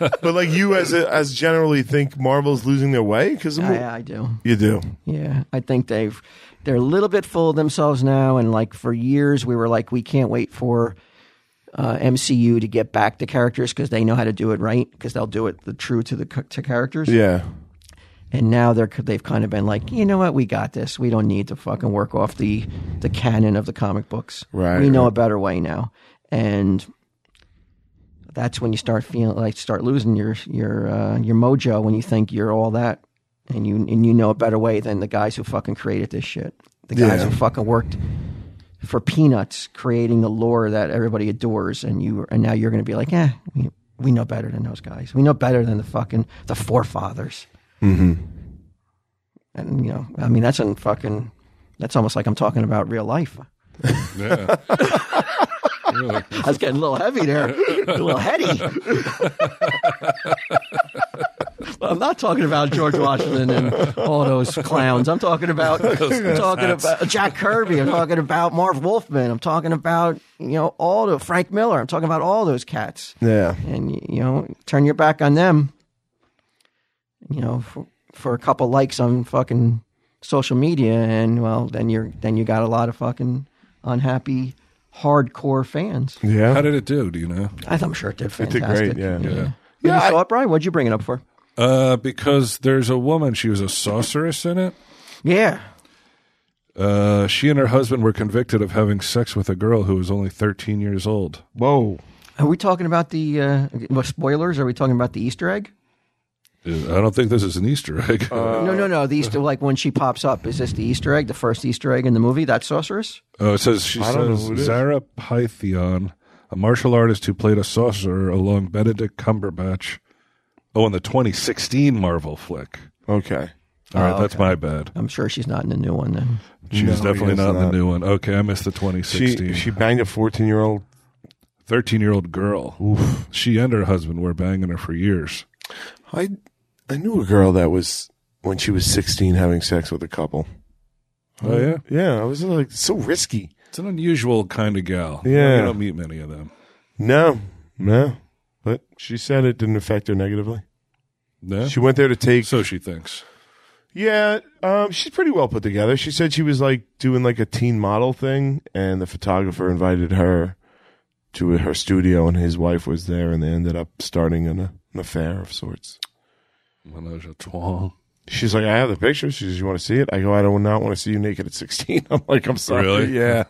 Speaker 2: but like you, as a, as generally think Marvel's losing their way because
Speaker 3: Yeah, I do.
Speaker 2: you do.
Speaker 3: Yeah, I think they've they're a little bit full of themselves now. And like for years, we were like, we can't wait for uh, MCU to get back to characters because they know how to do it right because they'll do it the true to the c- to characters.
Speaker 2: Yeah.
Speaker 3: And now they're they've kind of been like, you know what, we got this. We don't need to fucking work off the the canon of the comic books.
Speaker 2: Right,
Speaker 3: We know
Speaker 2: right.
Speaker 3: a better way now, and that's when you start feeling like start losing your your uh, your mojo when you think you're all that, and you and you know a better way than the guys who fucking created this shit. The guys
Speaker 2: Yeah.
Speaker 3: who fucking worked for peanuts creating the lore that everybody adores, and you and now you're going to be like, eh, we, we know better than those guys. We know better than the fucking the forefathers. Mm-hmm. And you know, I mean, that's in fucking. That's almost like I'm talking about real life.
Speaker 1: Yeah. Really.
Speaker 3: I was getting a little heavy there, a little heady. Well, I'm not talking about George Washington and all those clowns. I'm talking about I'm talking about Jack Kirby. I'm talking about Marv Wolfman. I'm talking about you know all the Frank Miller. I'm talking about all those cats.
Speaker 2: Yeah.
Speaker 3: And you know, turn your back on them. You know, for, for a couple likes on fucking social media, and well, then you're then you got a lot of fucking unhappy hardcore fans.
Speaker 1: How
Speaker 2: Yeah.
Speaker 1: did it do? Do you know?
Speaker 3: I am sure it did
Speaker 2: did
Speaker 3: fantastic.
Speaker 2: great, yeah.
Speaker 3: yeah.
Speaker 1: Yeah.
Speaker 3: You
Speaker 2: Yeah,
Speaker 3: saw it, Brian. What'd you bring it up for?
Speaker 1: Uh, because there's a woman. She was a sorceress in it.
Speaker 3: Yeah,
Speaker 1: Uh, she and her husband were convicted of having sex with a girl who was only 13 years old.
Speaker 2: Whoa.
Speaker 3: are we talking about the uh, well, spoilers? Are we talking about the Easter egg?
Speaker 1: Uh, I don't think this is an Easter egg.
Speaker 2: Uh,
Speaker 3: no, no, no. The Easter, like when she pops up, is this the Easter egg? The first Easter egg in the movie? That's sorceress.
Speaker 1: oh, it says she
Speaker 2: I don't know
Speaker 1: says
Speaker 2: who it is.
Speaker 1: Zara Pytheon, a martial artist who played a sorcerer along Benedict Cumberbatch. Oh, in the 2016 Marvel flick.
Speaker 2: Oh, Okay.
Speaker 1: All right, that's my bad.
Speaker 3: I'm sure she's not in the new one then.
Speaker 1: She's
Speaker 2: No,
Speaker 1: definitely
Speaker 2: it's
Speaker 1: not in the
Speaker 2: not.
Speaker 1: new one. Okay, I missed the
Speaker 2: She
Speaker 1: 2016.
Speaker 2: she banged a fourteen year old
Speaker 1: 13 year old girl. She and her husband were banging her for years.
Speaker 2: I I knew a girl that was when she was 16 having sex with a couple.
Speaker 1: Oh, yeah.
Speaker 2: Yeah, I was like so risky.
Speaker 1: It's an unusual kind of gal.
Speaker 2: Yeah.
Speaker 1: You don't meet many of them.
Speaker 2: No, no. But she said it didn't affect her negatively.
Speaker 1: No?
Speaker 2: She went there to take.
Speaker 1: so she thinks.
Speaker 2: Yeah, um, she's pretty well put together. She said she was like doing like a teen model thing, and the photographer invited her to her studio, and his wife was there, and they ended up starting an, an affair of sorts.
Speaker 1: Menage a trois.
Speaker 2: She's like, I have the pictures. She says, You want to see it? I go, I do not want to see you naked at 16. I'm like, I'm sorry.
Speaker 1: Really?
Speaker 2: Yeah.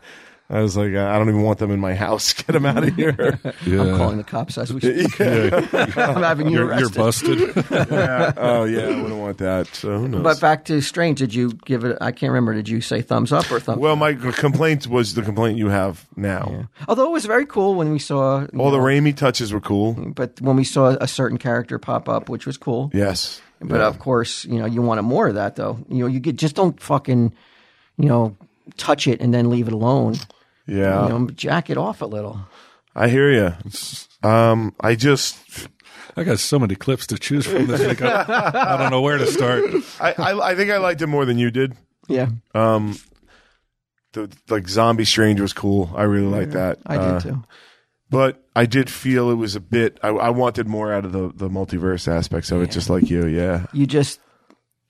Speaker 2: I was like, I I don't even want them in my house. Get them out of here.
Speaker 1: Yeah.
Speaker 3: I'm calling the cops as we speak.
Speaker 1: Yeah,
Speaker 3: I'm having you
Speaker 1: you're, you're
Speaker 3: arrested.
Speaker 1: busted.
Speaker 2: oh, yeah. I wouldn't want that. So who knows?
Speaker 3: but back to Strange, did you give it? I can't remember. Did you say thumbs up or thumbs?
Speaker 2: well, my c- complaint was the complaint you have now.
Speaker 3: Although it was very cool when we saw, you
Speaker 2: All the
Speaker 3: know,
Speaker 2: Raimi touches were cool.
Speaker 3: but when we saw a certain character pop up, which was cool.
Speaker 2: Yes.
Speaker 3: But of course, you know, you wanted more of that, though. You know, you get just don't fucking, you know, touch it and then leave it alone.
Speaker 2: Yeah.
Speaker 3: you know, jack it off a little.
Speaker 2: I hear you. Um, I just,
Speaker 1: I got so many clips to choose from this week. I, I don't know where to start.
Speaker 2: I, I, I think I liked it more than you did.
Speaker 3: Yeah,
Speaker 2: Um, the like zombie strange was cool. I really liked that.
Speaker 3: I
Speaker 2: Uh,
Speaker 3: did too.
Speaker 2: but I did feel it was a bit. I, I wanted more out of the the multiverse aspects of it, just like you. Yeah,
Speaker 3: You just,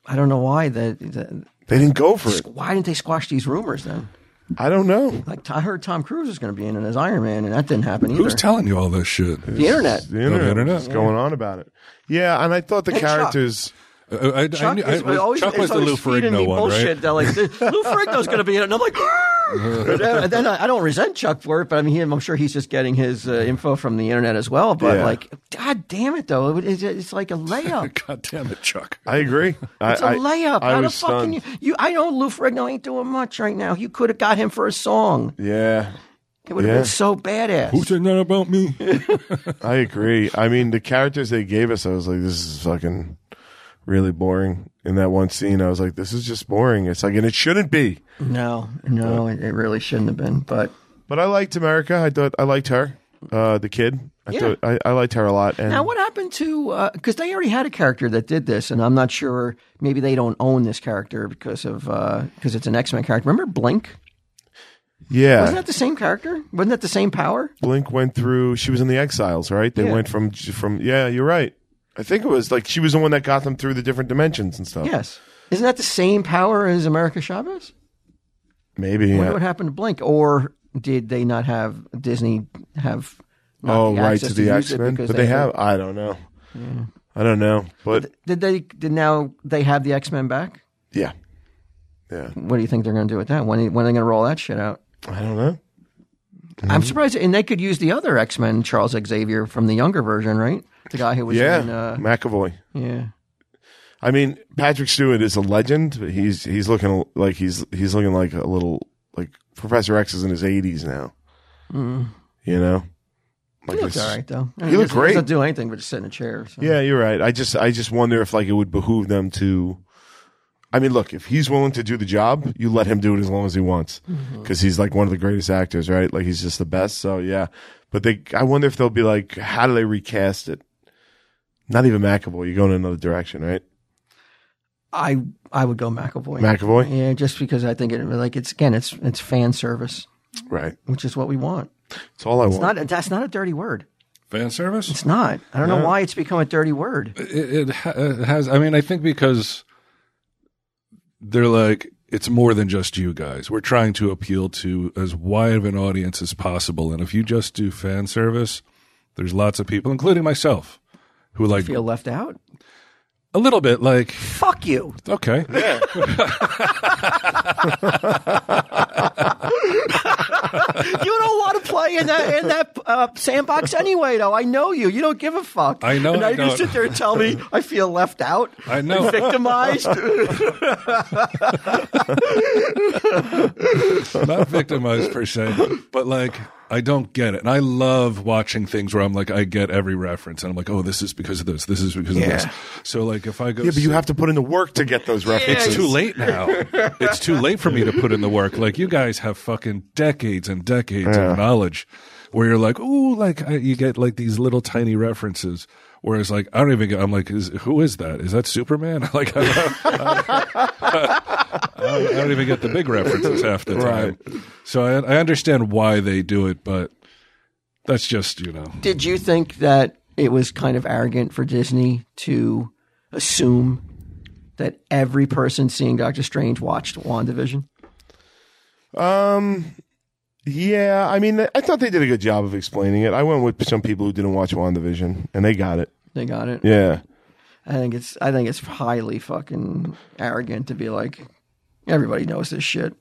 Speaker 3: I don't know why that. that-
Speaker 2: they didn't go for it.
Speaker 3: Why didn't they squash these rumors then?
Speaker 2: I don't know.
Speaker 3: Like I heard Tom Cruise was going to be in it as Iron Man, and that didn't happen either.
Speaker 1: Who's telling you all this shit?
Speaker 3: the internet.
Speaker 2: The internet,
Speaker 1: internet.
Speaker 2: what's going on about it? Yeah, and I thought the
Speaker 3: And Chuck.
Speaker 2: characters.
Speaker 1: I, I, I
Speaker 3: Chuck,
Speaker 1: knew-
Speaker 3: is,
Speaker 1: I,
Speaker 3: always,
Speaker 1: Chuck
Speaker 3: it's
Speaker 1: was the
Speaker 3: always
Speaker 1: Lou
Speaker 3: feeding me
Speaker 1: Ferrigno one,
Speaker 3: bullshit.
Speaker 1: right?
Speaker 3: They're like, Lou Ferrigno's going to be in it. And I'm like, "Grr!" and then I, I don't resent Chuck for it, but I mean, he, I'm sure he's just getting his uh, info from the internet as well. But
Speaker 2: Yeah.
Speaker 3: like, god damn it, though, it, it's, it's like a layup.
Speaker 1: God damn it, Chuck.
Speaker 2: I agree.
Speaker 3: It's a
Speaker 2: I- I-
Speaker 3: layup.
Speaker 2: I
Speaker 3: How the
Speaker 2: was
Speaker 3: fuck can
Speaker 2: stunned.
Speaker 3: you, you? I know Lou Ferrigno ain't doing much right now. You could have got him for a song.
Speaker 2: Yeah,
Speaker 3: It would have
Speaker 2: Yeah.
Speaker 3: been so badass.
Speaker 1: Who said that about me?
Speaker 2: I agree. I mean, the characters they gave us, I was like, this is fucking really boring. In that one scene, I was like, this is just boring. It's like, and it shouldn't be.
Speaker 3: no, no, it, it really shouldn't have been. But
Speaker 2: But I liked America. I thought I liked her, uh, the kid. I
Speaker 3: Yeah.
Speaker 2: thought I, I liked her a lot. And
Speaker 3: Now, what happened to? Because they already had a character that did this, and I'm not sure. Maybe they don't own this character because of because it's an X Men character. Remember Blink?
Speaker 2: yeah,
Speaker 3: Wasn't that the same character? Wasn't that the same power?
Speaker 2: Blink went through. She was in the Exiles, right? They
Speaker 3: Yeah.
Speaker 2: went from from. Yeah, you're right. I think it was like she was the one that got them through the different dimensions and stuff.
Speaker 3: Yes. Isn't that the same power as America Chavez?
Speaker 2: maybe. uh,
Speaker 3: Wonder
Speaker 2: Yeah.
Speaker 3: What happened to Blink? Or did they not have Disney have? not
Speaker 2: oh,
Speaker 3: the
Speaker 2: right
Speaker 3: access
Speaker 2: to the
Speaker 3: use it
Speaker 2: X Men,
Speaker 3: because Mm.
Speaker 2: but they, have. I don't know. I don't know, but
Speaker 3: Did they? Did now they have the X Men back?
Speaker 2: yeah, yeah.
Speaker 3: What do you think they're going to do with that? When when are they going to roll that shit out?
Speaker 2: I don't know.
Speaker 3: I'm
Speaker 2: Mm-hmm.
Speaker 3: surprised, and they could use the other X Men, Charles Xavier, from the younger version, right? The guy who was
Speaker 2: Yeah,
Speaker 3: in, uh,
Speaker 2: McAvoy.
Speaker 3: yeah,
Speaker 2: I mean, Patrick Stewart is a legend. But he's he's looking like he's he's looking like a little like Professor X is in his eighties now. You know,
Speaker 3: Hmm.
Speaker 2: like
Speaker 3: he looked
Speaker 2: this-
Speaker 3: all right though. I
Speaker 2: he looked
Speaker 3: doesn't-
Speaker 2: great.
Speaker 3: Doesn't do anything but just sit in a chair. so.
Speaker 2: Yeah, you're right. I just I just wonder if like it would behoove them to. I mean, look, if he's willing to do the job, you let him do it as long as he wants,
Speaker 3: Mm-hmm.
Speaker 2: because he's like one of the greatest actors, right? Like he's just the best. So yeah, but they, I wonder if they'll be like, how do they recast it? Not even McAvoy. You're going in another direction, right?
Speaker 3: I I would go McAvoy.
Speaker 2: McAvoy,
Speaker 3: yeah, just because I think it like it's again it's it's fan service,
Speaker 2: right?
Speaker 3: which is what we want.
Speaker 2: That's all I want.
Speaker 3: It's not that's not a dirty word.
Speaker 1: Fan service?
Speaker 3: It's not. I don't know why it's become a dirty word.
Speaker 1: It, it, ha- it has. I mean, I think because they're like, it's more than just you guys. We're trying to appeal to as wide of an audience as possible. And if you just do fan service, there's lots of people, including myself, who like
Speaker 3: Feel left out?
Speaker 1: a little bit like,
Speaker 3: Fuck you.
Speaker 1: okay.
Speaker 3: You don't want to play in that in that uh, sandbox anyway, though. I know you. You don't give a fuck.
Speaker 1: I know
Speaker 3: And now
Speaker 1: I
Speaker 3: you're gonna
Speaker 1: don't.
Speaker 3: sit there and tell me I feel left out.
Speaker 1: I know.
Speaker 3: victimized.
Speaker 1: not victimized per se, but like I don't get it. And I love watching things where I'm like, I get every reference, and I'm like, oh, this is because of this. This is because of this. So like, if I go,
Speaker 2: Yeah, but you
Speaker 1: sit-
Speaker 2: have to put in the work to get those references.
Speaker 1: it's too late now. it's too late for me to put in the work. Like you guys have fucking decades and decades of knowledge. where you're like, ooh, like I, you get like these little tiny references. Whereas, like, I don't even. Get, I'm like, is, who is that? Is that Superman? like, I don't, I don't- I don't even get the big references half the time. So I, I understand why they do it, but that's just you know.
Speaker 3: Did you think that it was kind of arrogant for Disney to assume that every person seeing Doctor Strange watched WandaVision?
Speaker 2: Um, yeah, I mean, I thought they did a good job of explaining it. I went with some people who didn't watch WandaVision, and they got it.
Speaker 3: They got it.
Speaker 2: Yeah,
Speaker 3: I think it's I think it's highly fucking arrogant to be like everybody knows this shit.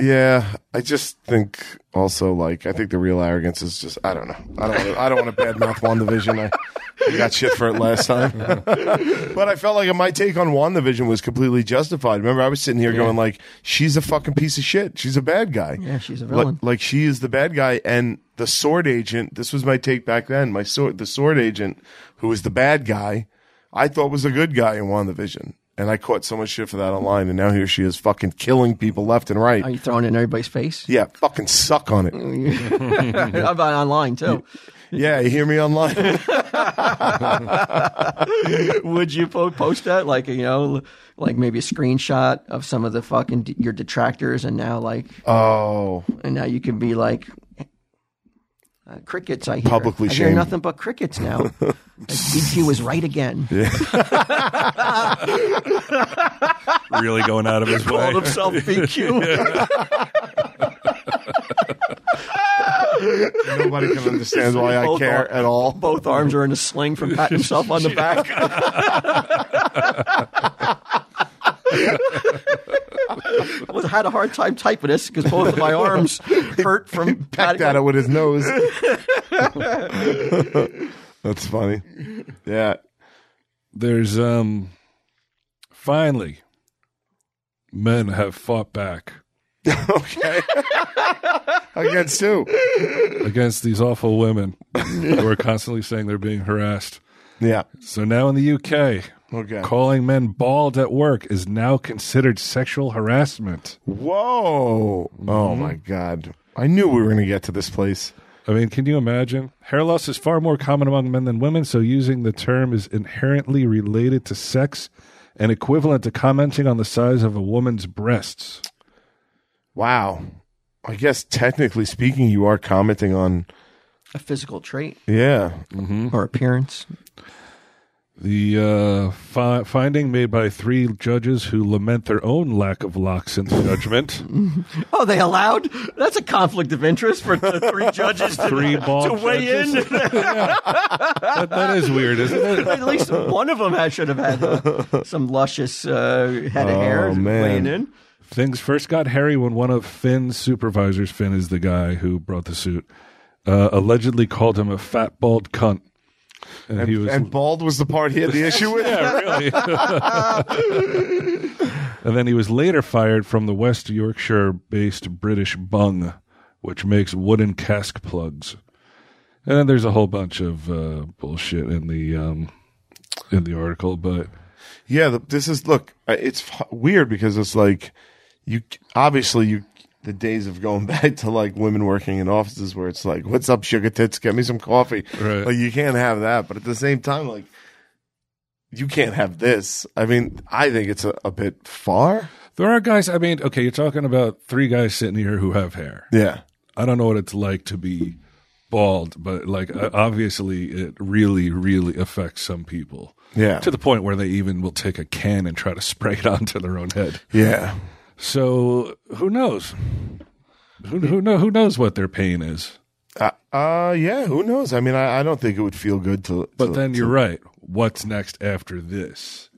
Speaker 2: yeah. I just think also like I think the real arrogance is just I don't know. I don't. Wanna, I don't want to badmouth WandaVision. I, I got shit for it last time, but I felt like my take on WandaVision was completely justified. Remember, I was sitting here going like, she's a fucking piece of shit. She's a bad guy.
Speaker 3: Yeah, she's a
Speaker 2: Like-
Speaker 3: villain.
Speaker 2: Like, she is the bad guy, and the sword agent. This was my take back then. My sword, the sword agent, who was the bad guy, I thought was a good guy in WandaVision, and I caught so much shit for that online. And now here she is, fucking killing people left and right.
Speaker 3: Are you throwing it in everybody's face?
Speaker 2: yeah, fucking suck on it.
Speaker 3: About online too.
Speaker 2: Yeah, you hear me online?
Speaker 3: Would you po- post that like you know, l- like maybe a screenshot of some of the fucking d- your detractors, and now like
Speaker 2: oh,
Speaker 3: and now you can be like uh, crickets. I hear.
Speaker 2: Publicly
Speaker 3: I hear
Speaker 2: shamed.
Speaker 3: nothing but crickets now. like, BT was right again.
Speaker 1: Really going out of his way.
Speaker 3: Called himself BQ.
Speaker 2: nobody can understand why I
Speaker 3: Both
Speaker 2: care
Speaker 3: are-
Speaker 2: at all.
Speaker 3: Both arms are in a sling from patting himself on the back. was had a hard time typing this because both of my arms hurt from
Speaker 2: pecked
Speaker 3: patting.
Speaker 2: at it with his nose. That's funny. Yeah.
Speaker 1: there's um finally men have fought back
Speaker 2: Okay. Against who?
Speaker 1: against these awful women who are constantly saying they're being harassed
Speaker 2: Yeah.
Speaker 1: so now in the uk
Speaker 2: Okay.
Speaker 1: calling men bald at work is now considered sexual harassment
Speaker 2: Whoa. Oh my God. I knew we were going to get to this place.
Speaker 1: i mean can you imagine hair loss is far more common among men than women so using the term is inherently related to sex and equivalent to commenting on the size of a woman's breasts
Speaker 2: Wow. I guess technically speaking, you are commenting on.
Speaker 3: A physical trait
Speaker 2: Yeah. Mm-hmm.
Speaker 3: or appearance.
Speaker 1: The uh, fi- finding made by three judges who lament their own lack of locks in the judgment.
Speaker 3: Oh, they allowed? That's a conflict of interest for the three judges to,
Speaker 1: Three bald
Speaker 3: to weigh
Speaker 1: judges.
Speaker 3: in.
Speaker 1: That- that is weird, isn't it?
Speaker 3: At least one of them had, should have had uh, some luscious uh, head
Speaker 1: Oh,
Speaker 3: of hair
Speaker 2: man.
Speaker 3: weighing in.
Speaker 1: Things first got hairy when one of Finn's supervisors, Finn is the guy who brought the suit, uh, allegedly called him a fat bald cunt, and, he was
Speaker 2: And bald was the part he had the issue with.
Speaker 1: yeah, really. and then he was later fired from the West Yorkshire-based British Bung, which makes wooden cask plugs. And then there's a whole bunch of uh, bullshit in the um, in the article, but
Speaker 2: Yeah, the, this is look. uh, It's f- weird because it's like you obviously you the days of going back to like women working in offices where it's like, "What's up, sugar tits? Get me some coffee."
Speaker 1: Right.
Speaker 2: Like you can't have that, but at the same time, like you can't have this. I mean, I think it's a, a bit far.
Speaker 1: there are guys. I mean, okay, you're talking about three guys sitting here who have hair.
Speaker 2: Yeah,
Speaker 1: I don't know what it's like to be bald, but like uh, obviously it really, really affects some people.
Speaker 2: Yeah.
Speaker 1: To the point where they even will take a can and try to spray it onto their own head.
Speaker 2: yeah.
Speaker 1: So who knows? Who who know who knows what their pain is?
Speaker 2: Uh, uh yeah. Who knows? I mean, I, I don't think it would feel good to.
Speaker 1: But
Speaker 2: to-
Speaker 1: then you're right. What's next after this?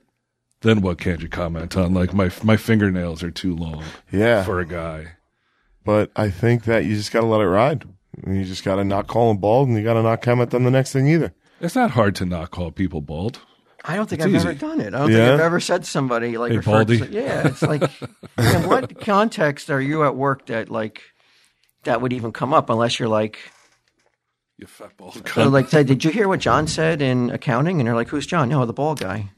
Speaker 1: Then what can't you comment on? Like my my fingernails are too long
Speaker 2: yeah.
Speaker 1: for a guy.
Speaker 2: but I think that you just got to let it ride. You just got to not call him bald, and you got to not comment on the next thing either.
Speaker 1: It's not hard to not call people bald.
Speaker 3: I don't think
Speaker 1: It's
Speaker 3: I've
Speaker 1: easy.
Speaker 3: ever done it. I don't
Speaker 2: Yeah?
Speaker 3: think I've ever said to somebody like
Speaker 1: Hey,
Speaker 3: referred to-
Speaker 1: Baldy.
Speaker 3: yeah, it's like in what context are you at work that like that would even come up unless you're like
Speaker 1: You fat bald
Speaker 3: they're
Speaker 1: cunt.
Speaker 3: like say, did you hear what John said in accounting? And they're like, Who's John? No, the ball guy.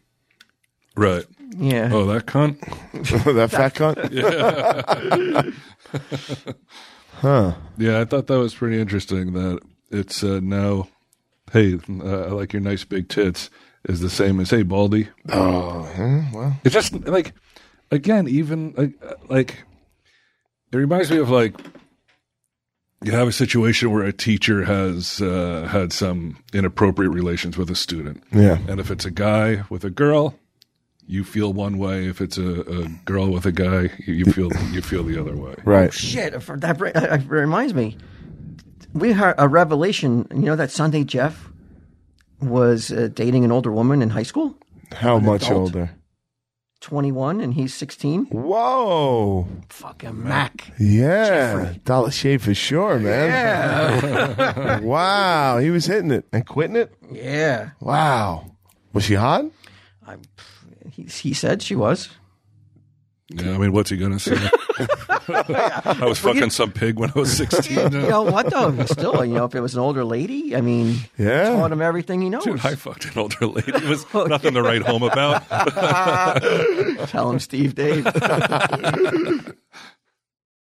Speaker 1: right.
Speaker 3: Yeah.
Speaker 1: Oh, that cunt.
Speaker 2: that fat cunt.
Speaker 1: Yeah, I thought that was pretty interesting that It's uh, now, hey, uh, I like your nice big tits is the same as hey, Baldy.
Speaker 2: Oh, hmm, well,
Speaker 1: It's just like, again, even like, uh, like, it reminds me of like, you have a situation where a teacher has uh, had some inappropriate relations with a student.
Speaker 2: yeah,
Speaker 1: And if it's a guy with a girl, you feel one way. If it's a, a girl with a guy, you, you feel you feel the other way.
Speaker 2: right.
Speaker 3: Shit, for- that re- uh, reminds me. We had a revelation. You know that Sunday Jeff was uh, dating an older woman in high school,
Speaker 2: How much
Speaker 3: adult.
Speaker 2: older?
Speaker 3: 21, and he's 16.
Speaker 2: Whoa,
Speaker 3: Fucking Mac.
Speaker 2: yeah, Dollar Shave for sure, man. wow, he was hitting it and quitting it.
Speaker 3: Yeah.
Speaker 2: Wow, was she hot?
Speaker 3: I'm, he, he said she was.
Speaker 1: Yeah, I mean, what's he gonna say? I was fucking some pig when I was sixteen.
Speaker 3: You know what though? Still, you know, if it was an older lady, I mean,
Speaker 2: Yeah.
Speaker 3: taught him everything he knows.
Speaker 1: Dude, I fucked an older lady. It was nothing to write home about.
Speaker 3: Tell him Steve Dave.